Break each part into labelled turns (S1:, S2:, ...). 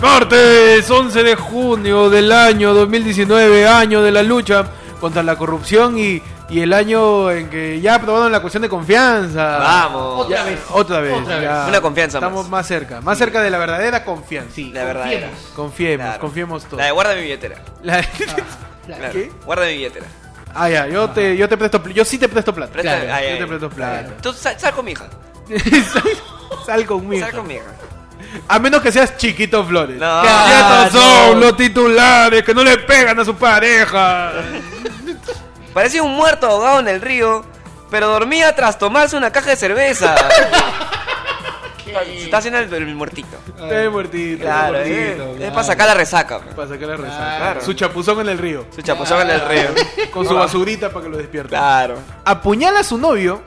S1: Martes 11 de junio del año 2019, año de la lucha contra la corrupción y, y el año en que ya aprobaron la cuestión de confianza.
S2: Vamos.
S1: Ya- Otra vez.
S3: Otra vez.
S1: ya.
S2: Una confianza
S1: Estamos más,
S2: más.
S1: cerca, más cerca de la verdadera confianza.
S3: Sí,
S2: La verdad
S3: confiemos.
S1: Confiemos,
S2: Claro.
S1: confiemos todos.
S2: La de guarda mi billetera.
S1: La-
S3: Claro.
S2: Claro.
S1: ¿Qué?
S2: Guarda mi billetera.
S1: Ah, ya, yo te, yo te presto, pl- yo sí te presto plata.
S2: Presta-
S3: Claro,
S2: ay,
S1: yo
S2: ay,
S1: te
S2: ay.
S1: presto plata.
S2: Tú sal, sal con mi hija.
S1: Sal conmigo.
S2: Sal con mi hija.
S1: A menos que seas Chiquito Flores.
S2: No.
S1: Que ya estos
S2: Ah,
S1: son
S2: no.
S1: los titulares que no le pegan a su pareja.
S2: Parecía un muerto ahogado en el río, pero dormía tras tomarse una caja de cerveza. Se está haciendo el, el muertito.
S1: Estoy muertito.
S2: Claro,
S1: estoy
S2: eh,
S1: muertito.
S2: es para sacar la resaca. pues. pe.
S1: Para sacar la resaca.
S2: Claro.
S1: Su chapuzón en el río.
S2: Su chapuzón en el río.
S1: Con su basurita para que lo despierte.
S2: Claro.
S1: Apuñala a su novio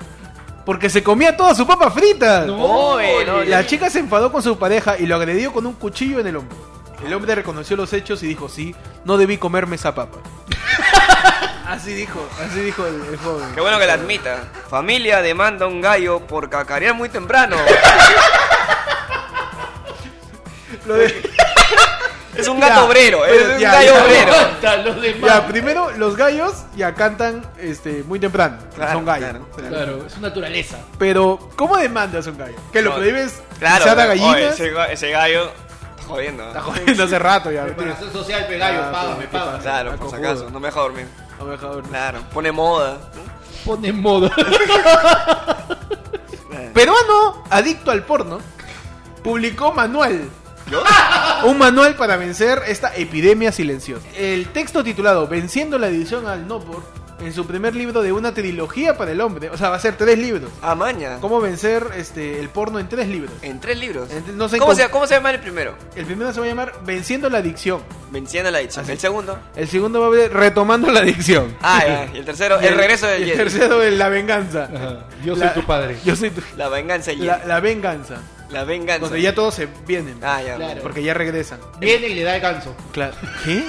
S1: porque se comía toda su papa frita.
S2: Oye, no,
S1: La chica se enfadó con su pareja y lo agredió con un cuchillo en el hombro. El hombre reconoció los hechos y dijo, sí, no debí comerme esa papa. así dijo, así dijo el, el joven.
S2: Qué bueno que la admita. Familia demanda a un gallo por cacarear muy temprano.
S1: Lo de-
S2: Es un gato
S1: Ya,
S2: obrero, es
S1: pero
S2: un
S1: ya,
S2: gallo
S1: ya.
S2: obrero.
S3: Aguanta, los demás.
S1: Ya, primero los gallos ya cantan este, muy temprano.
S2: Claro,
S1: son gallos.
S2: claro, claro.
S3: Claro, es su naturaleza.
S1: Pero, ¿cómo demandas a un gallo? ¿Que lo
S2: No,
S1: prohíbes
S2: Claro.
S1: cazar a
S2: oye,
S1: gallinas?
S2: ese, ga- ese gallo. está Jodiendo.
S1: Está jodiendo hace rato ya. tío.
S3: Preparación social, pegallo,
S1: Ah,
S3: págame,
S1: ¿qué pasa?
S3: págame.
S2: Claro, por si acaso, no me deja dormir.
S1: No me deja dormir.
S2: Claro, pone moda.
S3: Pone en modo.
S1: Peruano adicto al porno publicó manual. Un manual para vencer esta epidemia silenciosa. El texto titulado Venciendo la adicción al no por en su primer libro de una trilogía para el hombre, o sea, va a ser tres libros.
S2: Ah, maña.
S1: ¿Cómo vencer este el porno en tres libros?
S2: En tres libros.
S1: En- no sé
S2: ¿Cómo,
S1: cómo-
S2: se, ¿Cómo se llama el primero?
S1: El primero se va a llamar Venciendo la adicción.
S2: Venciendo la dicha. El segundo.
S1: El segundo va a ver Retomando la adicción.
S2: Ah, ya. Y el tercero,
S1: Y
S2: el, regreso del
S1: y El
S2: Jedi.
S1: tercero es La venganza.
S3: Yo
S1: La-
S3: soy tu padre.
S1: Yo soy tu-
S2: La venganza del Jedi.
S1: la,
S2: La,
S1: la venganza.
S2: venganza.
S1: Donde ya todos se vienen.
S2: Ah, ya.
S3: Claro.
S1: Porque ya regresan.
S3: Viene y le da el ganso.
S1: Claro. ¿Qué?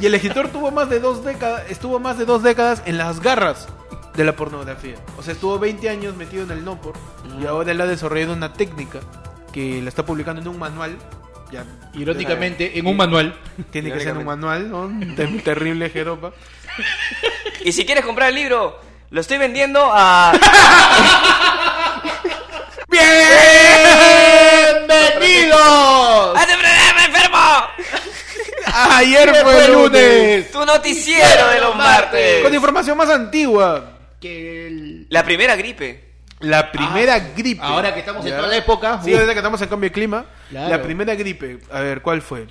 S1: Y el escritor tuvo más de dos décadas, estuvo más de dos décadas en las garras de la pornografía. O sea, estuvo 20 años metido en el no por y ahora él ha desarrollado una técnica que la está publicando en un manual. Ya,
S3: Irónicamente, en un manual.
S1: tiene que ser en un manual, ¿no? Un tem- terrible jeropa.
S2: Y si quieres comprar el libro, lo estoy vendiendo a.
S3: ¡Bienvenidos!
S2: ¡A este programa, enfermo!
S1: Ayer fue el lunes.
S2: Tu noticiero de los martes.
S1: Con información más antigua.
S3: Que el-
S2: La primera gripe.
S1: La primera gripe.
S3: Ah, Ahora que estamos en
S1: Ya.
S3: toda la época.
S1: Sí,
S3: uh,
S1: ahorita que estamos en cambio de clima.
S3: Claro.
S1: La primera gripe, a ver, ¿cuál fue?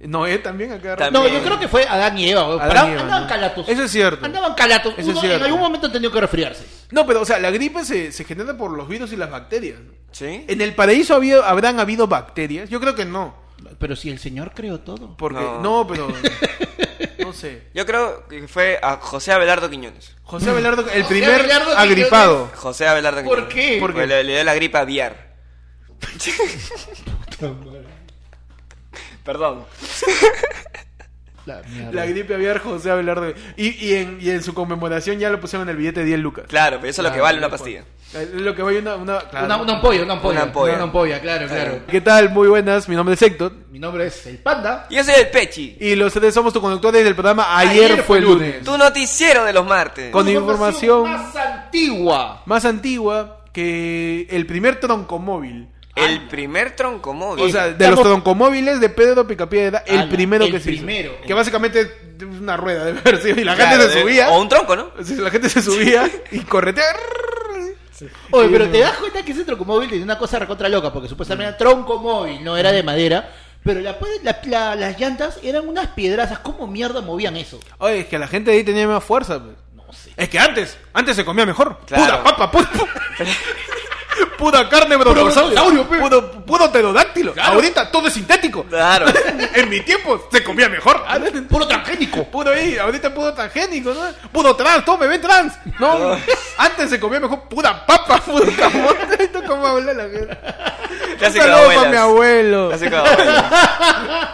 S1: Noé también acá.
S2: También.
S3: No, yo creo que fue Adán y Eva. weón.
S1: Adán
S3: Paraban-
S1: y Eva,
S3: andaban
S1: ¿no?
S3: calatos.
S1: Eso es cierto.
S3: Andaban calatos.
S1: Eso es
S3: Uno
S1: cierto.
S3: En algún momento han tenido que resfriarse.
S1: No, pero o sea, la gripe se, se genera por los virus y las bacterias.
S2: ¿Sí?
S1: En el paraíso había, habrán habido bacterias. Yo creo que no.
S3: Pero si el Señor creó todo.
S1: Porque, no,
S2: No.
S1: pero. No sé.
S2: Yo creo que fue a José Abelardo Quiñones.
S1: José Abelardo, el
S3: José
S1: primer
S3: Abelardo
S1: agripado.
S2: José Abelardo
S3: ¿Por
S2: Quiñones.
S3: qué?
S1: ¿Por qué?
S2: Porque le, le dio la gripe aviar. Perdón.
S3: La mierda.
S1: La gripe aviar José Abelardo. Y, y, en, y en su conmemoración ya lo pusieron en el billete de 10 lucas.
S2: Claro, pero eso es lo que vale una pastilla.
S1: Es Lo que vale una. una, claro.
S3: Una, una ampolla, una ampolla.
S2: Una ampolla.
S3: Una ampolla, claro, claro.
S1: ¿Qué tal? Muy buenas, mi nombre es Héctor.
S3: Mi nombre es El Panda.
S2: Yo soy el Pechi.
S1: Y los tres somos tu conductores del programa Ayer, fue lunes.
S2: Tu noticiero de los martes.
S1: Con
S3: La
S1: información-
S3: más antigua.
S1: Más antigua que el primer troncomóvil.
S2: El primer tronco móvil.
S1: O sea, de
S3: Estamos-
S1: los troncomóviles de Pedro Picapiedra, Ah, el
S3: Ala,
S1: primero
S3: el
S1: que se hizo.
S3: primero.
S1: Que básicamente es una rueda de haber sido, Y la
S2: Claro,
S1: gente se
S2: de-
S1: subía.
S2: O un tronco, ¿no?
S1: o sea, La gente se subía y corretea.
S3: Oye, pero te das cuenta que ese troncomóvil tenía una cosa recontra loca, porque supuestamente era troncomóvil, no era de madera. Pero la- la- la- las llantas eran unas piedrazas. ¿Cómo mierda movían eso?
S1: Oye, es que la gente de ahí tenía más fuerza. pues.
S3: No sé.
S1: Es que antes, antes se comía mejor. Puta
S2: Claro.
S1: papa, puta. Puta carne,
S3: brontosaurio,
S1: brontosaurio.
S3: pe.
S1: Pudo, pudo pterodáctilo. Ahorita todo es sintético.
S2: Claro.
S1: En mi tiempo se comía mejor.
S3: Puro transgénico.
S1: Ah, Pudo ahí, ahorita pudo transgénico, ¿no? Pudo trans, todo me ven trans. No, antes se comía mejor puta papa, pudo camote. Esto cómo habla la gente. Un
S2: Clásico de
S1: saludo para
S2: abuelas.
S1: mi abuelo.
S2: Clásico de abuelas.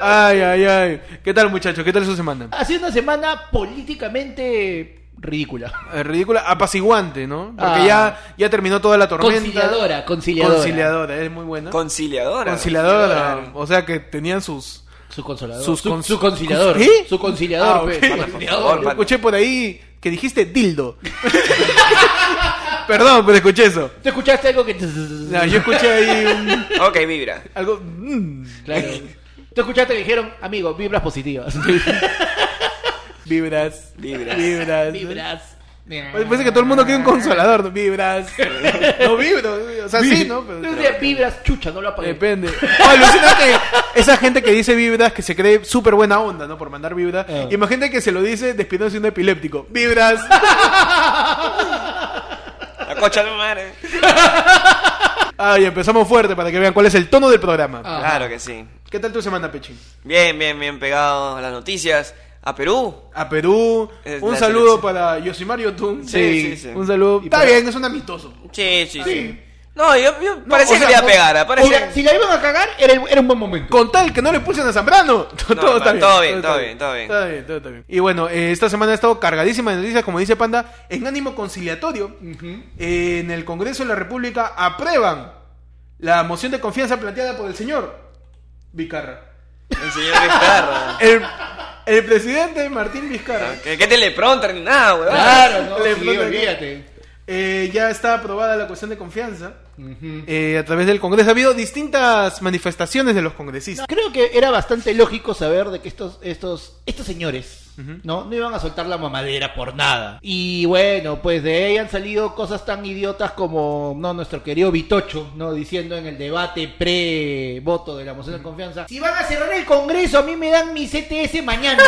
S1: Ay, ay, ay. ¿Qué tal, muchachos? ¿Qué tal su semana?
S3: Ha sido una semana políticamente ridícula.
S1: Eh, ridícula, apaciguante, ¿no? Porque
S3: Ah.
S1: ya, ya terminó toda la tormenta.
S3: Conciliadora, conciliadora.
S1: Conciliadora, es muy buena.
S2: Conciliadora.
S1: conciliadora.
S2: conciliadora.
S1: O sea que tenían sus.
S3: Su consolador.
S1: Sus
S3: su,
S1: con-
S3: su conciliador.
S1: ¿Qué?
S3: Su conciliador. pues,
S1: Ah, ok.
S3: pe,
S1: Por
S3: conciliador.
S1: Yo
S2: Bueno.
S1: escuché por ahí que dijiste dildo. Perdón, pero escuché eso.
S3: ¿Te escuchaste algo que...
S1: No, yo escuché ahí un-
S2: Ok, vibra.
S1: algo. mm,
S3: Claro. ¿Te escuchaste que dijeron, amigo, vibras positivas?
S1: vibras.
S2: Vibras.
S1: Vibras.
S3: vibras.
S1: Oye, Parece que todo el mundo quiere un consolador. ¿no? Vibras. No vibro. O sea, sí, ¿no? Pero-
S3: Un día vibras, chucha, no lo apagué.
S1: Depende. O alucina que esa gente que dice vibras que se cree súper buena onda, ¿no? Por mandar vibras.
S3: Ah.
S1: Imagínate que se lo dice despidiéndose de un epiléptico. Vibras.
S2: La cocha de madre.
S1: Ay, empezamos fuerte para que vean cuál es el tono del programa.
S3: Ah.
S2: Claro que sí.
S1: ¿Qué tal tu semana, Pechín?
S2: Bien, bien, bien pegado a las noticias. A Perú.
S1: A Perú.
S2: Es
S1: un
S2: la
S1: saludo
S2: selección.
S1: para Yosimar Yotun.
S2: Sí, sí, sí.
S1: Un saludo.
S3: Y
S1: Está
S3: para-
S1: bien, es un amistoso.
S2: Sí, sí, sí. No, yo, yo
S1: No,
S2: parecía
S1: o sea,
S2: que le iba
S1: no-
S2: a pegar. ah,
S3: O sea,
S2: Parecía...
S3: si la iban a cagar, era, el- era un buen momento.
S1: Con tal que no le pulsen a Zambrano. todo,
S2: No,
S1: está bien,
S2: no, todo bien, todo bien,
S1: todo
S2: todo
S1: bien.
S2: bien.
S1: Todo bien, todo está bien. Y bueno, eh, esta semana ha estado cargadísima de noticias, como dice Panda, en ánimo conciliatorio.
S3: Ujú.
S1: Eh, en el Congreso de la República aprueban la moción de confianza planteada por el señor Vizcarra.
S2: El señor Vizcarra.
S1: El, el presidente Martín Vizcarra.
S2: ¿Qué, qué teleprompter ni nada, weón?
S3: Claro, no,
S1: Le
S3: sí,
S1: pone-
S3: olvídate.
S1: Eh, ya está aprobada la cuestión de confianza
S3: Ujú.
S1: eh, a través del Congreso. Ha habido distintas manifestaciones de los congresistas.
S3: Creo que era bastante lógico saber de que estos, estos, estos señores
S1: Ujú.
S3: ¿no? no iban a soltar la mamadera por nada. Y bueno, pues de ahí han salido cosas tan idiotas como no nuestro querido Vitocho, ¿no? diciendo en el debate pre-voto de la moción de confianza, si van a cerrar el Congreso, a mí me dan mi CTS mañana.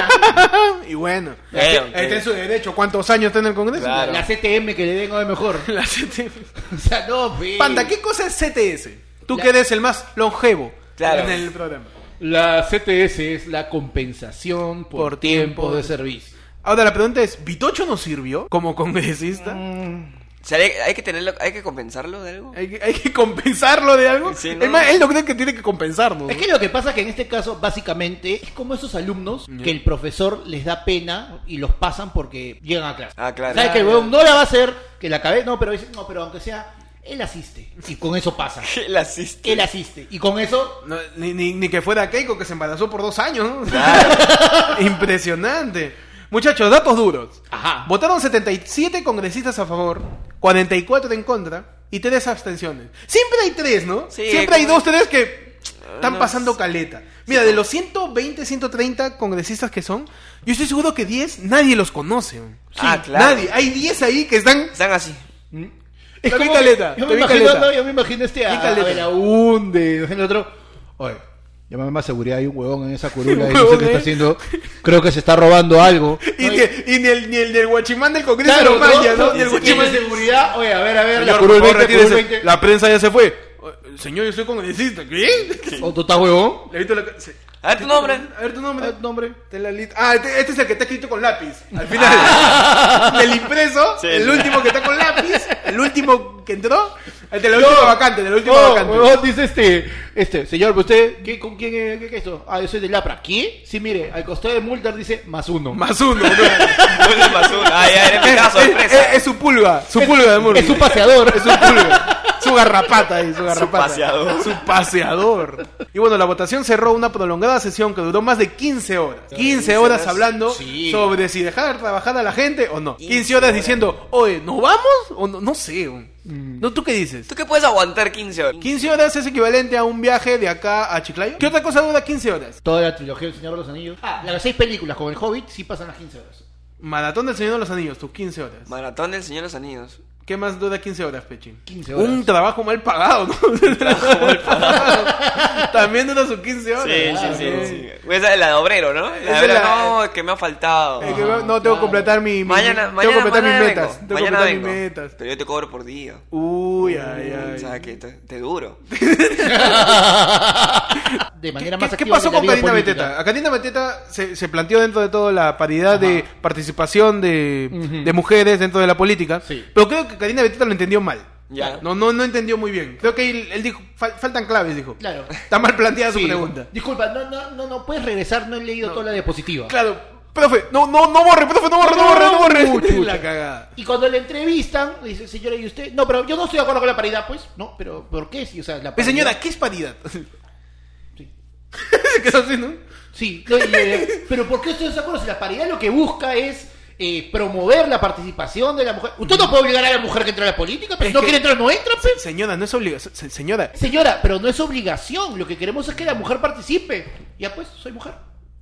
S1: Y bueno,
S2: Eh,
S1: ahí está en su derecho. ¿Cuántos años está en el Congreso?
S2: Claro.
S3: La CTM que le den hoy mejor.
S1: La CTS.
S3: O sea, no, pe.
S1: Panda, ¿qué cosa es CTS? Tú
S3: La-
S1: que eres el más longevo
S2: Claro.
S1: en el programa.
S3: La CTS es la compensación por,
S1: Por tiempo
S3: tiempo,
S1: de
S3: de servicio.
S1: Ahora la pregunta es, ¿Vitocho nos sirvió como congresista?
S2: Mm. O sea, hay, hay que tenerlo, hay que compensarlo de algo.
S1: Hay que, hay que compensarlo de algo.
S2: Sí, ¿no?
S1: Es más, él no cree que tiene que compensarnos.
S3: Es que lo que pasa es que en este caso, básicamente, es como esos alumnos que el profesor les da pena y los pasan porque llegan a clase.
S2: Ah, claro.
S3: Sabes que el huevón no la va a hacer, que la cabeza, no, pero dice, no, pero aunque sea, él asiste. Y con eso pasa.
S2: El asiste.
S3: Él asiste. Y con eso,
S1: No, ni, ni- ni que fuera Keiko que se embarazó por dos años. ¿no? Impresionante. Muchachos, datos duros.
S3: ajá.
S1: Votaron 77 congresistas a favor, 44 en contra y 3 abstenciones. Siempre hay 3, ¿no?
S2: Sí,
S1: Siempre hay
S2: como-
S1: 2, 3 que
S3: Ah,
S1: están
S2: No,
S1: pasando
S2: sí.
S1: caleta. Mira, de los 120, 130 congresistas que son, yo estoy seguro que 10 nadie los conoce.
S2: Ah, claro.
S1: Nadie. Hay 10 ahí que están...
S2: Están así.
S3: Es
S1: Te vi
S3: como
S1: caleta,
S3: yo
S1: te
S3: me
S1: vi
S3: imagino,
S1: caleta.
S3: ¿no? yo me imagino este
S1: Vi
S3: a,
S1: caleta.
S3: Belaunde, el otro. Oye, llámame más seguridad, hay un huevón en esa
S1: Un
S3: curula, ahí, no sé
S1: huevón,
S3: qué
S1: ¿eh?
S3: está haciendo. Creo que se está robando algo.
S1: Y,
S3: No,
S1: ni, y ni el, ni el del guachimán del Congreso
S3: Claro,
S1: lo malla, ¿no?
S3: ¿no?
S1: Ni el
S3: el sistema
S1: guachimán
S3: de seguridad, oye, a ver, a ver,
S1: Señor,
S3: la
S1: por
S3: curul
S1: favor,
S3: 20,
S1: retírese.
S3: curul 20.
S1: La prensa ya se fue. Eh, Señor, yo soy congresista. ¿Qué?
S3: ¿O tú estás huevón?
S1: Le he visto la ca- se-
S2: A
S1: Este
S2: ver tu nombre.
S1: A ver tu nombre.
S3: A ver tu nombre.
S1: Ten Ah, la lista. Ah, este, este es el que está escrito con lápiz. Al final. del impreso,
S2: Sí.
S1: el último que está con lápiz, el último que entró. El de la última vacante, de la última
S3: No,
S1: vacante.
S3: huevón, dice este, este, señor, ¿pero ¿usted qué, con quién es, qué, qué es esto? Ah, yo soy de Lapra. ¿Qué? Sí, mire, al costado de Mulder dice más uno.
S1: Más uno. ¿no? es,
S2: Vuelve el basura. Ah,
S1: Eh,
S2: ya, eres mi caso,
S1: Este es- es-
S2: sorpresa.
S1: es su pulga, su pulga de Murphy.
S3: Es un paseador.
S1: Es un pulga. Su garrapata ahí, su garrapata.
S2: paseador.
S1: Su paseador. Y bueno, la votación cerró una prolongada sesión que duró más de 15 horas. 15 horas
S2: horas.
S1: hablando
S3: Sí.
S1: sobre si dejar trabajar a la gente o no. 15 horas diciendo, oye, ¿nos vamos? O no, no sé. No, ¿tú qué dices?
S2: ¿Tú qué puedes aguantar 15 horas?
S1: 15 horas es equivalente a un viaje de acá a Chiclayo. ¿Qué otra cosa dura 15 horas?
S3: Toda la trilogía del Señor de los Anillos. Ah, las seis películas con el Hobbit sí pasan las 15 horas.
S1: Maratón del Señor de los Anillos, tus 15 horas.
S2: Maratón del Señor de los Anillos.
S1: ¿Qué más dura 15 horas, Pechín?
S3: 15 horas.
S1: Un trabajo mal pagado, ¿no? trabajo mal pagado. También dura sus 15 horas.
S3: sí,
S1: Ah,
S3: sí,
S1: ¿no?
S2: Pues Esa es la de obrero, ¿no? La de
S1: Esa
S2: obrero,
S1: es la-
S2: no, es que me ha faltado.
S1: Es Eh, que no tengo
S3: Ah.
S1: que completar mi, mi-
S2: Mañana,
S1: tengo que
S2: mañana,
S1: completar
S2: mañana
S1: mis metas.
S2: vengo.
S1: Tengo que
S2: mañana
S1: completar mis
S2: vengo.
S1: metas.
S2: Pero yo te cobro por día.
S1: Uy, ay,
S2: O
S1: ay.
S2: sea, que te, te duro.
S3: De manera más
S1: ¿Qué, qué
S3: activa
S1: pasó
S3: de la
S1: con
S3: vida
S1: Karina
S3: política.
S1: Beteta? A Karina Beteta se, se planteó dentro de todo la paridad de participación de,
S3: Ujú.
S1: de mujeres dentro de la política.
S3: Sí.
S1: Pero creo que Karina Beteta lo entendió mal.
S2: Ya.
S1: No, no, no entendió muy bien. Creo que él, él dijo, "Fal- faltan claves, dijo.
S3: Claro.
S1: Está mal planteada
S3: Sí.
S1: su pregunta.
S3: Disculpa, no, no, no, no, puedes regresar, no he leído toda la diapositiva.
S1: Claro, profe, no, no, no borre, profe, no borre, no borre, no borre.
S3: Uh, chucha,
S1: la una cagada.
S3: Y cuando le entrevistan, le dice, señora, ¿y usted? No, pero yo no estoy de acuerdo con la paridad, pues. No, pero ¿por qué? Sí, o sea, la
S1: Pues,
S3: paridad-
S1: señora, ¿qué es paridad?
S3: Sí.
S1: Se quedó así, ¿no?
S3: Sí, le- le- pero ¿por qué estoy de acuerdo? Si la paridad lo que busca es eh, promover la participación de la mujer. Usted no puede obligar a la mujer que entre a la política, pero
S1: Mm. Es
S3: si no
S1: que-
S3: quiere entrar, no entra, pues.
S1: Señora, no es obligación. se- Señora,
S3: Señora, pero no es obligación. Lo que queremos es que la mujer participe. Ya pues, soy mujer.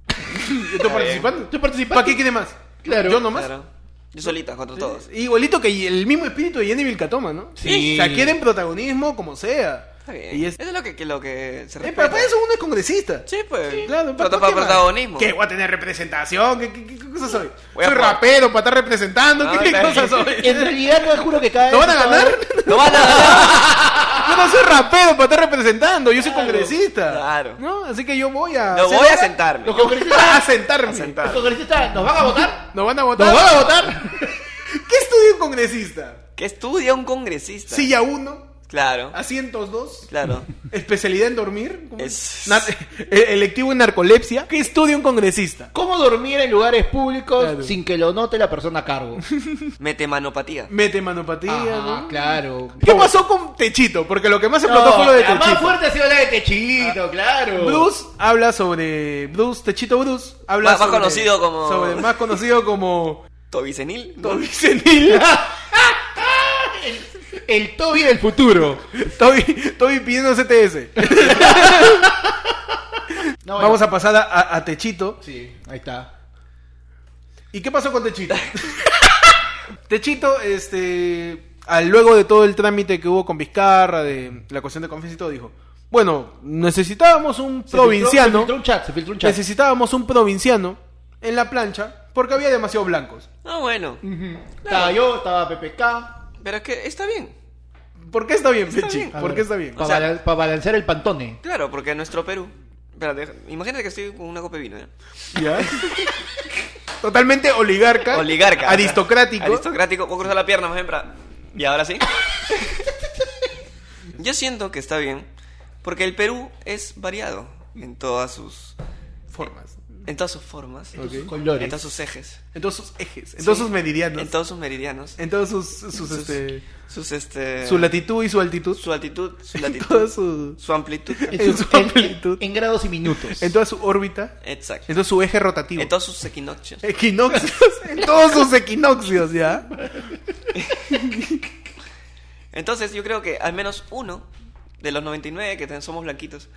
S1: yo estoy participando.
S3: Estoy participando.
S1: ¿Para qué quiere más?
S3: Claro.
S1: Yo nomás.
S2: Claro. Yo solita, contra todos.
S1: Igualito que el mismo espíritu de Jenny Vilcatoma, ¿no?
S3: Sí.
S1: O sea, quieren protagonismo como sea.
S2: Está bien.
S1: Y es-
S2: Eso es lo que, que- lo que se
S1: Eh,
S2: respeta.
S1: pero para eso uno es congresista.
S2: Sí, pues.
S1: Claro,
S2: Pero
S1: ¿por
S2: para
S1: qué más?
S2: protagonismo.
S1: ¿Qué? ¿Voy a tener representación? ¿Qué, qué- qué- qué cosa soy?
S2: Voy a
S1: ¿Soy
S2: jugar.
S1: rapero para estar representando?
S2: No,
S1: ¿Qué, qué
S2: está
S1: cosa
S2: bien.
S1: soy?
S3: En realidad no juro que cada
S1: ¿No
S3: vez
S1: van a
S3: que
S1: ganar?
S2: No van a ganar.
S1: Yo no soy rapero para estar representando, yo soy
S3: Claro.
S1: congresista.
S2: Claro.
S1: ¿No? Así que yo voy a.
S2: No
S1: hacer
S2: voy a
S1: hora-
S2: sentarme.
S3: Los
S1: A
S3: congresistas,
S1: sentarme.
S2: A sentar.
S3: los congresistas nos van a votar.
S1: ¿Nos van a votar?
S3: Nos van a votar.
S1: ¿Qué estudia un congresista?
S2: ¿Qué estudia un congresista?
S1: Silla 1,
S2: Claro.
S1: Ah. asientos 2,
S2: Claro.
S1: especialidad en dormir, ¿cómo
S2: Es-
S1: Na- e- electivo en narcolepsia. ¿Qué estudia un congresista?
S3: ¿Cómo dormir en lugares públicos
S1: Claro.
S3: sin que lo note la persona a cargo?
S2: Mete manopatía.
S1: Mete manopatía,
S3: Ah,
S1: ¿no?
S3: claro.
S1: ¿Qué pasó con Techito? Porque lo que más explotó
S3: No,
S1: fue lo de
S3: la más
S1: Techito. Ah,
S3: fuerte ha sido la de Techito, claro.
S1: Bruce habla sobre Bruce, Techito Bruce habla
S2: Más- más
S1: sobre-
S2: conocido como-
S1: sobre más conocido como
S2: Tobicenil.
S1: Toby senil.
S3: El Toby del futuro.
S1: Toby, Toby pidiendo CTS.
S3: No,
S1: Vamos
S3: bueno.
S1: a pasar a, a- a Techito.
S3: Sí, ahí está.
S1: ¿Y qué pasó con Techito? Techito, este, al luego de todo el trámite que hubo con Vizcarra de la cuestión de confianza y todo, dijo, bueno, necesitábamos un
S3: Se filtró-
S1: provinciano.
S3: Se filtró un chat, se filtró un chat.
S1: necesitábamos un provinciano en la plancha porque había demasiados blancos.
S2: No, Ah, bueno.
S1: Mm.
S3: Estaba yo, estaba PPK.
S2: Pero es que está bien.
S1: ¿Por qué está bien, Pechi?
S2: bien.
S3: A
S1: ¿Por
S3: ver,
S1: qué está bien?
S3: Para
S2: O sea-
S3: balan- para balancear el pantone.
S2: Claro, porque en nuestro Perú. Espérate, deja- imagínate que estoy con una copa de vino. ¿ya?
S1: ¿Ya? Totalmente oligarca.
S2: Oligarca.
S1: Aristocrático.
S2: Aristocrático. Puedo cruzar la pierna más bien para- Y ahora sí. Yo siento que está bien. Porque el Perú es variado en todas sus.
S1: Formas.
S2: En todas sus formas.
S1: Ok.
S2: En
S3: Colores.
S2: todos sus ejes.
S1: En todos sus ejes, en todos sus meridianos,
S2: En todos sus meridianos.
S1: en todos sus, sus,
S2: sus-
S1: este,
S2: Sus este.
S1: su latitud y su altitud,
S2: Su altitud. Su latitud.
S1: toda su-
S2: su amplitud.
S1: en su amplitud.
S3: en grados y minutos.
S1: en toda su órbita,
S2: Exacto.
S1: en todo su eje rotativo.
S2: En todos sus equinoccios.
S1: Equinoccios, en todos sus equinoccios, ¿ya?
S2: Entonces yo creo que al menos uno de los 99 que ten- somos blanquitos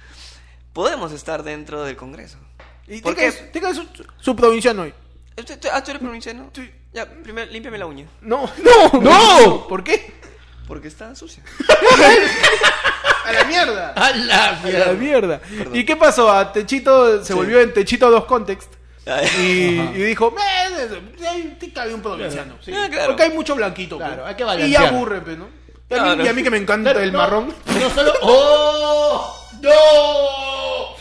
S2: podemos estar dentro del Congreso.
S1: Y
S2: ¿Por
S1: tenga
S2: qué?
S1: su- tenga su, su provinciano hoy.
S2: Este- este- Ah, tú eres provinciano.
S1: Sí.
S2: Ya, primero límpiame la uña,
S1: No, no, no. ¿Por qué?
S2: porque está sucia.
S1: A la mierda.
S3: A la
S1: A la
S3: mierda.
S1: mierda. ¿Y qué pasó? A Techito se
S2: Sí.
S1: volvió en Techito 2 Context. Y,
S3: Ajá.
S1: y dijo, "Eh, te cabe un provinciano.
S3: Sí.
S2: Ah, claro.
S1: Porque hay mucho blanquito.
S3: Claro,
S1: pe.
S3: hay que
S1: y ya
S3: balancear.
S1: aburre, pe, ¿no? Y a, mí,
S2: Claro.
S1: y a mí que me encanta
S3: Claro,
S1: el
S3: no,
S1: marrón.
S3: No solo. ¡Oh! ¡No!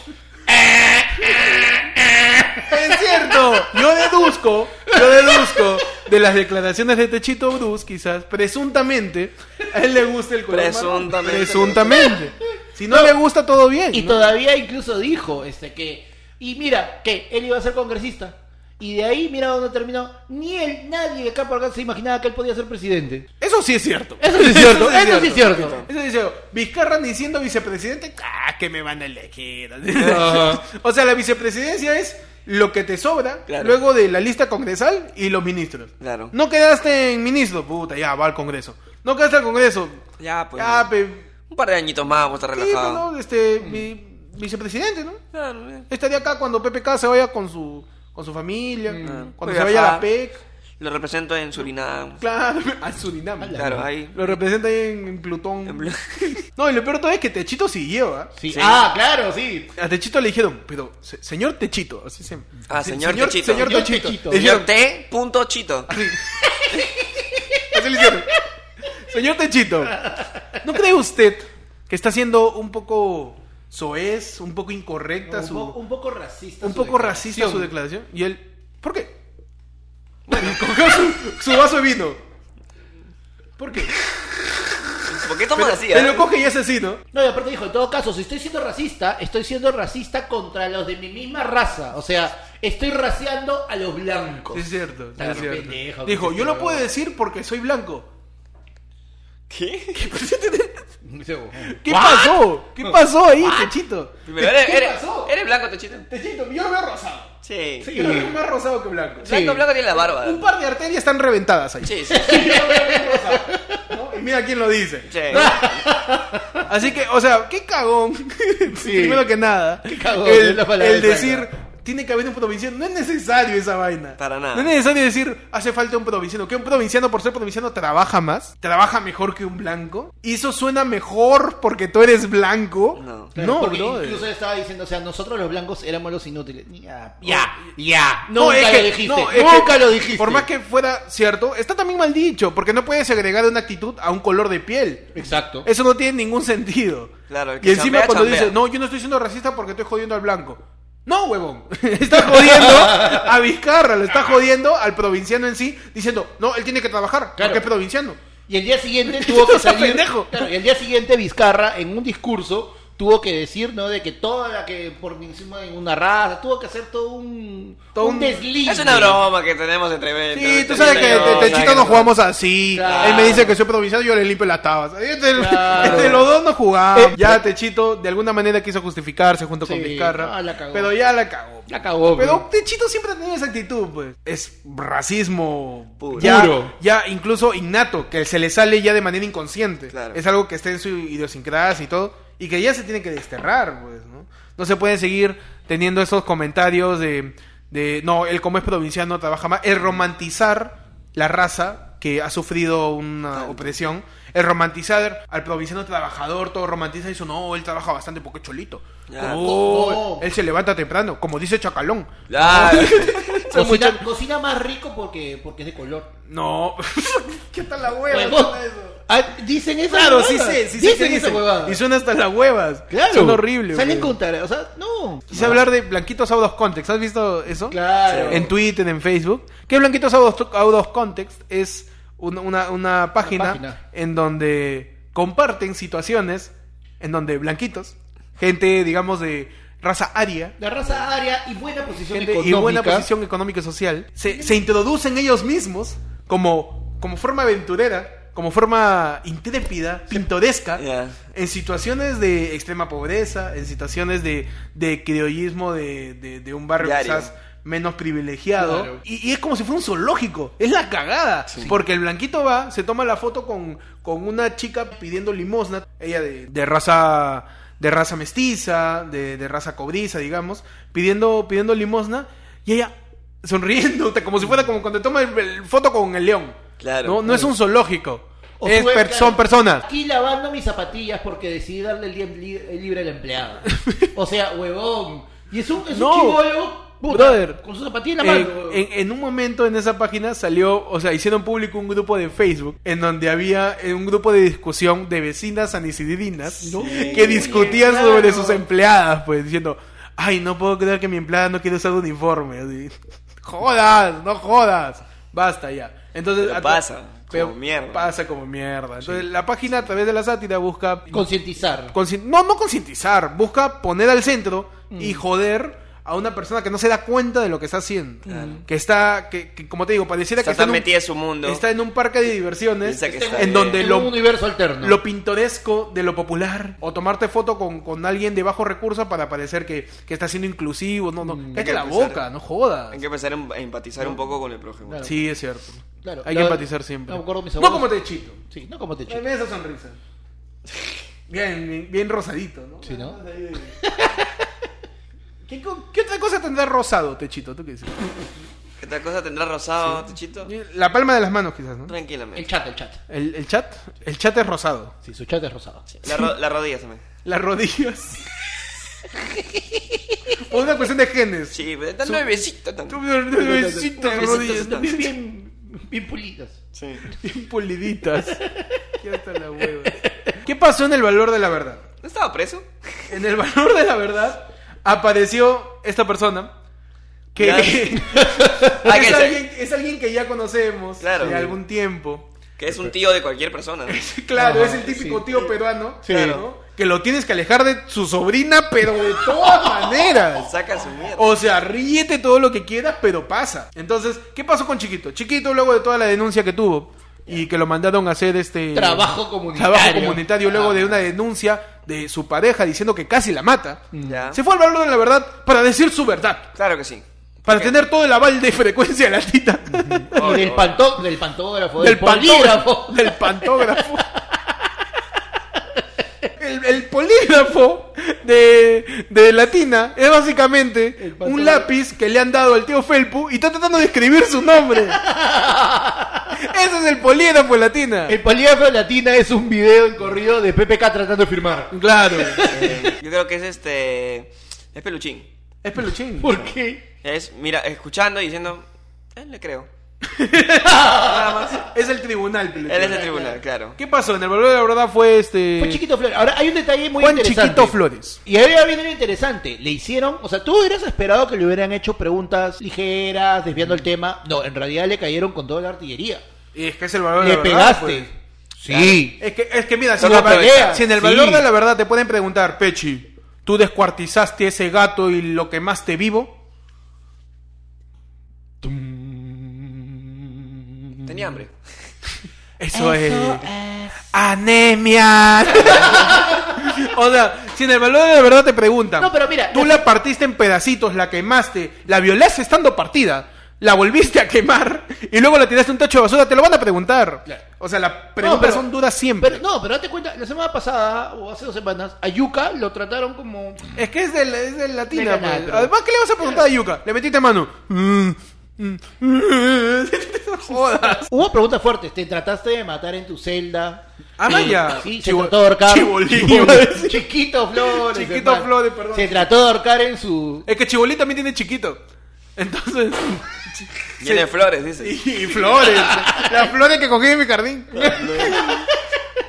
S1: Es cierto. Yo deduzco, yo deduzco de las declaraciones de Techito Bruce, quizás, presuntamente, a él le gusta el color marrón.
S2: Presuntamente.
S1: Presuntamente. Si no, le gusta, todo bien.
S3: Y
S1: ¿no?
S3: todavía incluso dijo este que. Y mira, que él iba a ser congresista. Y de ahí, mira dónde terminó. Ni él, nadie de acá por acá se imaginaba que él podía ser presidente.
S1: Eso sí es cierto.
S3: Eso sí es cierto, eso sí es cierto.
S1: Eso sí es cierto. Vizcarra ni siendo vicepresidente, ah, que me van a elegir.
S3: Ajá.
S1: o sea, la vicepresidencia es lo que te sobra
S2: Claro.
S1: luego de la lista congresal y los ministros.
S2: Claro.
S1: No quedaste en ministro, puta, ya va al Congreso. No quedaste al Congreso.
S2: Ya, pues.
S1: ah, pe,
S2: Un par de añitos más, vamos a estar
S1: sí, pues,
S2: relajados.
S1: ¿no? Este, vi- vicepresidente, ¿no?
S2: Claro, eh.
S1: Estaría acá cuando PPK se vaya con su con su familia, cuando
S2: Voy
S1: se
S2: a
S1: vaya a la
S2: viajar.
S1: PEC,
S2: Lo represento en Surinam.
S1: claro, a Surinam.
S2: Claro, ahí.
S1: Lo representa ahí en, en Plutón.
S2: En Blu-
S1: No, y lo peor todavía es que Techito siguió, ¿ah?
S3: Sí.
S2: Sí.
S3: Ah, claro, sí.
S1: A Techito le dijeron, pero, se- señor Techito, así se
S2: Ah,
S1: se-
S2: señor Techito.
S1: Señor
S3: Señor
S1: Techito.
S3: Techito.
S1: Le dijeron,
S2: Señor T. punto Chito.
S1: así le hicieron. Señor Techito, ¿no cree usted que está siendo un poco soez, un poco incorrecta
S3: Un,
S1: su...
S3: po- un poco racista.
S1: un
S3: su
S1: poco racista su declaración.
S3: declaración.
S1: Y él, ¿por qué? Bueno, cogió su, su vaso de vino. ¿Por qué?
S2: ¿Por qué tomas así?
S1: Él
S2: eh?
S1: lo coge y es así, ¿no?
S3: No, y aparte dijo, en todo caso, si estoy siendo racista, estoy siendo racista contra los de mi misma raza. O sea, estoy raciando a los blancos.
S1: Sí, es cierto. sí,
S3: Tan
S1: es cierto.
S3: pendejo que
S1: Dijo,
S3: se
S1: yo lo
S3: quedó".
S1: puedo decir porque soy blanco.
S2: ¿Qué?
S1: ¿Qué pasó? ¿Qué pasó ahí, Techito?
S2: Primero, ¿eres,
S1: ¿Qué
S2: eres-
S1: pasó?
S2: eres blanco, Techito?
S1: Techito, yo lo veo rosado.
S2: Sí.
S1: Sí, yo lo veo más rosado que blanco.
S3: Sí.
S2: Blanco, blanco tiene la barba.
S1: Un par de arterias están reventadas ahí.
S2: Sí, sí.
S1: Y mira quién lo dice.
S2: sí.
S1: Así que, o sea, qué cagón. Primero que nada.
S3: Qué cagón, es
S1: El,
S3: la palabra
S1: el
S3: exacta.
S1: decir, tiene que haber un provinciano. No es necesario esa vaina.
S2: Para nada.
S1: No es necesario decir, hace falta un provinciano. Que un provinciano, por ser provinciano, trabaja más. Trabaja mejor que un blanco. Y eso suena mejor porque tú eres blanco.
S2: No.
S3: Claro,
S1: no,
S3: porque
S1: brother.
S3: incluso él estaba diciendo, o sea, nosotros los blancos éramos los inútiles. Ya, ya, ya.
S1: No,
S3: Nunca
S1: es que-
S3: lo dijiste.
S1: no, es
S3: nunca
S1: que
S3: lo dijiste.
S1: Por más que fuera cierto, está también mal dicho, porque no puedes agregar una actitud a un color de piel.
S3: Exacto.
S1: Eso no tiene ningún sentido.
S2: Claro, el que
S1: y encima
S2: chambea,
S1: cuando
S2: chambea.
S1: dices, no, yo no estoy siendo racista porque estoy jodiendo al blanco. No, huevón. Está jodiendo a Vizcarra, lo está jodiendo al provinciano en sí, diciendo, no, él tiene que trabajar
S3: Claro.
S1: porque es provinciano.
S3: Y el día siguiente tuvo que
S1: Está
S3: salir.
S1: pendejo.
S3: Claro, y el día siguiente Vizcarra en un discurso tuvo que decir, ¿no? De que toda la que por encima de una raza, tuvo que hacer todo un
S1: Todo
S3: todo
S1: un-
S3: un desliz.
S2: Es una broma que tenemos entre
S1: Sí, tú sabes que te- Techito nos jugamos así.
S3: Claro.
S1: Él me dice que soy provinciano y yo le limpio las tabas. Entre,
S3: Claro. Eh,
S1: entre los dos nos jugamos. Ya Techito de alguna manera quiso justificarse junto con
S3: Sí,
S1: Vizcarra.
S3: ah, la cagó.
S1: pero ya la cagó.
S3: La cagó,
S1: Pero
S3: bro.
S1: Techito siempre ha tenido esa actitud, pues. Es racismo
S2: Puro.
S1: Ya,
S3: Puro.
S1: ya incluso innato, que se le sale ya de manera inconsciente.
S2: Claro.
S1: Es algo que está en su idiosincrasia y todo. Y que ya se tiene que desterrar, pues, ¿no? No se pueden seguir teniendo esos comentarios de, de no, él como es provinciano trabaja más. El romantizar la raza que ha sufrido una
S2: Claro.
S1: opresión. El romantizar al provinciano trabajador, todo romantiza eso. No, él trabaja bastante porque es cholito.
S2: Ya.
S1: Oh,
S3: No.
S1: Él se levanta temprano, como dice Chacalón.
S2: Claro.
S3: Cocina,
S1: Son muchas-
S3: cocina más rico porque, porque es de color.
S1: No. ¿Qué tal la hueva?
S3: Huevón.
S1: Todo eso.
S3: Ah, dicen eso.
S1: Claro, sí sé, sí sé
S3: dicen
S1: que
S3: esa
S1: dicen.
S3: huevada.
S1: Y son hasta las huevas.
S3: Claro.
S1: Son horribles.
S3: Salen
S1: güey.
S3: con tarea, o sea, no.
S1: Quise hablar de Blanquitos Out of Context. ¿Has visto eso?
S3: Claro.
S1: En Twitter, en Facebook. Que Blanquitos Out of, Out of Context es un- una, una página,
S3: página.
S1: en donde comparten situaciones en donde blanquitos, gente, digamos, de raza aria,
S3: La raza aria y buena posición
S1: gente
S3: económica.
S1: y buena posición económica y social, se, se introducen ellos mismos como, como forma aventurera, como forma intrépida, pintoresca,
S2: Ya.
S1: en situaciones de extrema pobreza, en situaciones de, de criollismo de, de- de un barrio
S2: Diario.
S1: quizás menos privilegiado.
S3: Claro.
S1: Y, y es como si fuera un zoológico, es la cagada. Porque el blanquito va, se toma la foto con, con una chica pidiendo limosna, ella de, de raza de raza mestiza, de, de raza cobriza, digamos, pidiendo, pidiendo limosna, y ella sonriendo, como si fuera como cuando te toma el, el foto con el león.
S2: Claro,
S1: no, no
S2: claro.
S1: es un zoológico.
S3: O
S1: es
S3: sube,
S1: per-
S3: claro,
S1: son personas.
S3: Aquí lavando mis zapatillas porque decidí darle el día li- libre al empleado. O sea, huevón. Y es un, es un
S1: No,
S3: chibolo, puta,
S1: brother.
S3: con su zapatilla en la
S1: en,
S3: mano. huevón.
S1: Eh, en- en un momento en esa página salió, o sea, hicieron público un grupo de Facebook en donde había eh, un grupo de discusión de vecinas anisidrinas
S3: No,
S1: que discutían
S3: claro.
S1: sobre sus empleadas, pues diciendo, ay, no puedo creer que mi empleada no quiere usar uniforme. así. Jodas, no jodas, basta ya. Entonces,
S2: Pero
S1: a-
S2: pasa como mierda.
S1: Pasa como mierda. Entonces, la página a través de la sátira busca
S3: Concientizar.
S1: Consci- no, no concientizar, busca poner al centro y
S3: Mm.
S1: joder a una persona que no se da cuenta de lo que está haciendo. Que está, que, que, como te digo, pareciera
S2: Está
S1: que está
S2: tan
S1: en, un,
S2: metida en su mundo.
S1: está en un parque de diversiones
S2: Piensa que está
S1: en
S2: bien.
S1: donde
S3: En
S1: lo,
S3: un universo alterno.
S1: lo pintoresco de lo popular o tomarte foto con, con alguien de bajo recurso para parecer que, que está siendo inclusivo. No, no,
S3: Mm.
S1: cállate
S2: Hay que
S1: la
S2: empezar.
S1: boca, no jodas.
S2: Hay que empezar a em- a empatizar un poco con el prójimo.
S3: Claro.
S1: Sí, es cierto.
S3: Claro,
S1: Hay
S3: la-
S1: que empatizar siempre.
S3: no me acuerdo mis
S1: no
S3: abuelos.
S1: como te chito.
S3: Sí, no como te chico.
S1: Ve esa sonrisa. Bien, bien, bien rosadito, ¿no?
S3: Sí, ¿no?
S1: ¿Qué, co- qué otra cosa tendrá rosado, Techito? ¿Tú qué dices?
S2: ¿Qué tal cosa tendrá rosado, Techito?
S1: La palma de las manos, quizás, ¿no?
S3: El
S2: Tranquilamente.
S3: chat, el chat.
S1: El, el chat. El chat es rosado.
S3: Sí, su chat es rosado.
S2: La, ro- la rodilla también.
S1: Las rodillas. Por una cuestión de genes.
S2: Sí, pero está nuevecita
S1: Tú
S2: también.
S1: me nuevecitas las rodillas.
S2: Nuevecitas
S1: Bien,
S3: Bien, bien pulidas.
S2: Sí.
S1: bien puliditas. Ya está la hueva. ¿Qué pasó en el valor de la verdad?
S2: ¿No estaba preso?
S1: En el valor de la verdad apareció esta persona que
S2: Ya. Hay que
S1: es,
S2: ser-
S1: alguien, es alguien que ya conocemos
S2: Claro.
S1: de algún tiempo.
S2: Que es un tío de cualquier persona. ¿no?
S1: Claro,
S3: Ajá,
S1: es el típico
S3: sí.
S1: tío peruano
S3: Sí.
S1: claro, que lo tienes que alejar de su sobrina, pero de todas maneras.
S2: Saca su mierda.
S3: Oh.
S1: O sea, ríete todo lo que quieras, pero pasa. Entonces, ¿qué pasó con Chiquito? Chiquito, luego de toda la denuncia que tuvo y que lo mandaron a hacer este
S3: Trabajo comunitario. Ah.
S1: trabajo comunitario, luego de una denuncia de su pareja diciendo que casi la mata,
S3: Mm.
S2: Ya.
S1: se fue al valor de la verdad para decir su verdad.
S2: Claro que sí.
S1: Para
S2: Ok.
S1: tener todo el aval de frecuencia de la tita.
S3: Y del,
S1: Oh,
S3: pantó- del pantógrafo, del,
S1: del
S3: polígrafo.
S1: pantógrafo. Del pantógrafo. El, el polígrafo de, de Latina es básicamente
S3: El
S1: un
S3: pantógrafo.
S1: lápiz que le han dado al tío Felpu y está tratando de escribir su nombre. Ese es el polígrafo de Latina.
S3: El polígrafo latina es un video en corrido de PPK tratando de firmar.
S1: Claro.
S2: Eh, Yo creo que es este. Es peluchín.
S1: Es peluchín.
S3: ¿Por qué?
S2: Es, mira, escuchando y diciendo. "Eh, le creo. Nada más.
S1: Es el tribunal, peluchín.
S2: Él es el tribunal, claro.
S1: ¿Qué pasó? En el valor de la verdad fue este.
S3: Fue Chiquito Flores. Ahora, hay un detalle muy
S1: Juan
S3: interesante.
S1: Chiquito Flores.
S3: Y ahora viene lo interesante. Le hicieron, o sea, tú hubieras esperado que le hubieran hecho preguntas ligeras, desviando el tema. No, en realidad le cayeron con toda la artillería.
S1: Y es que es el valor de
S3: Le
S1: la verdad.
S3: pegaste.
S1: pues.
S3: Sí.
S1: Es que, es que mira, si
S3: Son
S1: en, el
S3: las
S1: val-
S3: peleas,
S1: si en el
S3: sí.
S1: valor de la verdad te pueden preguntar, Pechi, ¿tú descuartizaste ese gato y lo quemaste vivo?
S2: Tenía hambre.
S1: Eso, es... ¡Anemia! o sea, si en el valor de la verdad te preguntan,
S3: No, pero mira,
S1: tú la partiste en pedacitos, la quemaste, la violaste estando partida, la volviste a quemar y luego la tiraste a un tacho de basura, te lo van a preguntar.
S3: Claro.
S1: O sea, las preguntas
S3: pero-
S1: son duras siempre.
S3: Pero no, pero date cuenta, la semana pasada, o hace dos semanas, a Yuka lo trataron como.
S1: Es que es del, es del latina,
S3: Del canal,
S1: pues.
S3: pero-
S1: Además, ¿qué le vas a preguntar a Yuka? Le metiste mano. Mm, mm, mm. Jodas.
S3: Hubo preguntas fuertes. Te trataste de matar en tu celda.
S1: Ah,
S3: Sí,
S1: vaya.
S3: Sí, se
S1: Chivo-
S3: trató de ahorcar.
S1: Chibolín, iba a decir.
S3: Chiquito Flores.
S1: Chiquito
S3: hermano.
S1: Flores, perdón.
S3: Se trató de ahorcar en su.
S1: Es que Chibolín también tiene chiquito. Entonces.
S2: Tiene flores, dice.
S1: Y, y flores. Las flores que cogí de mi jardín.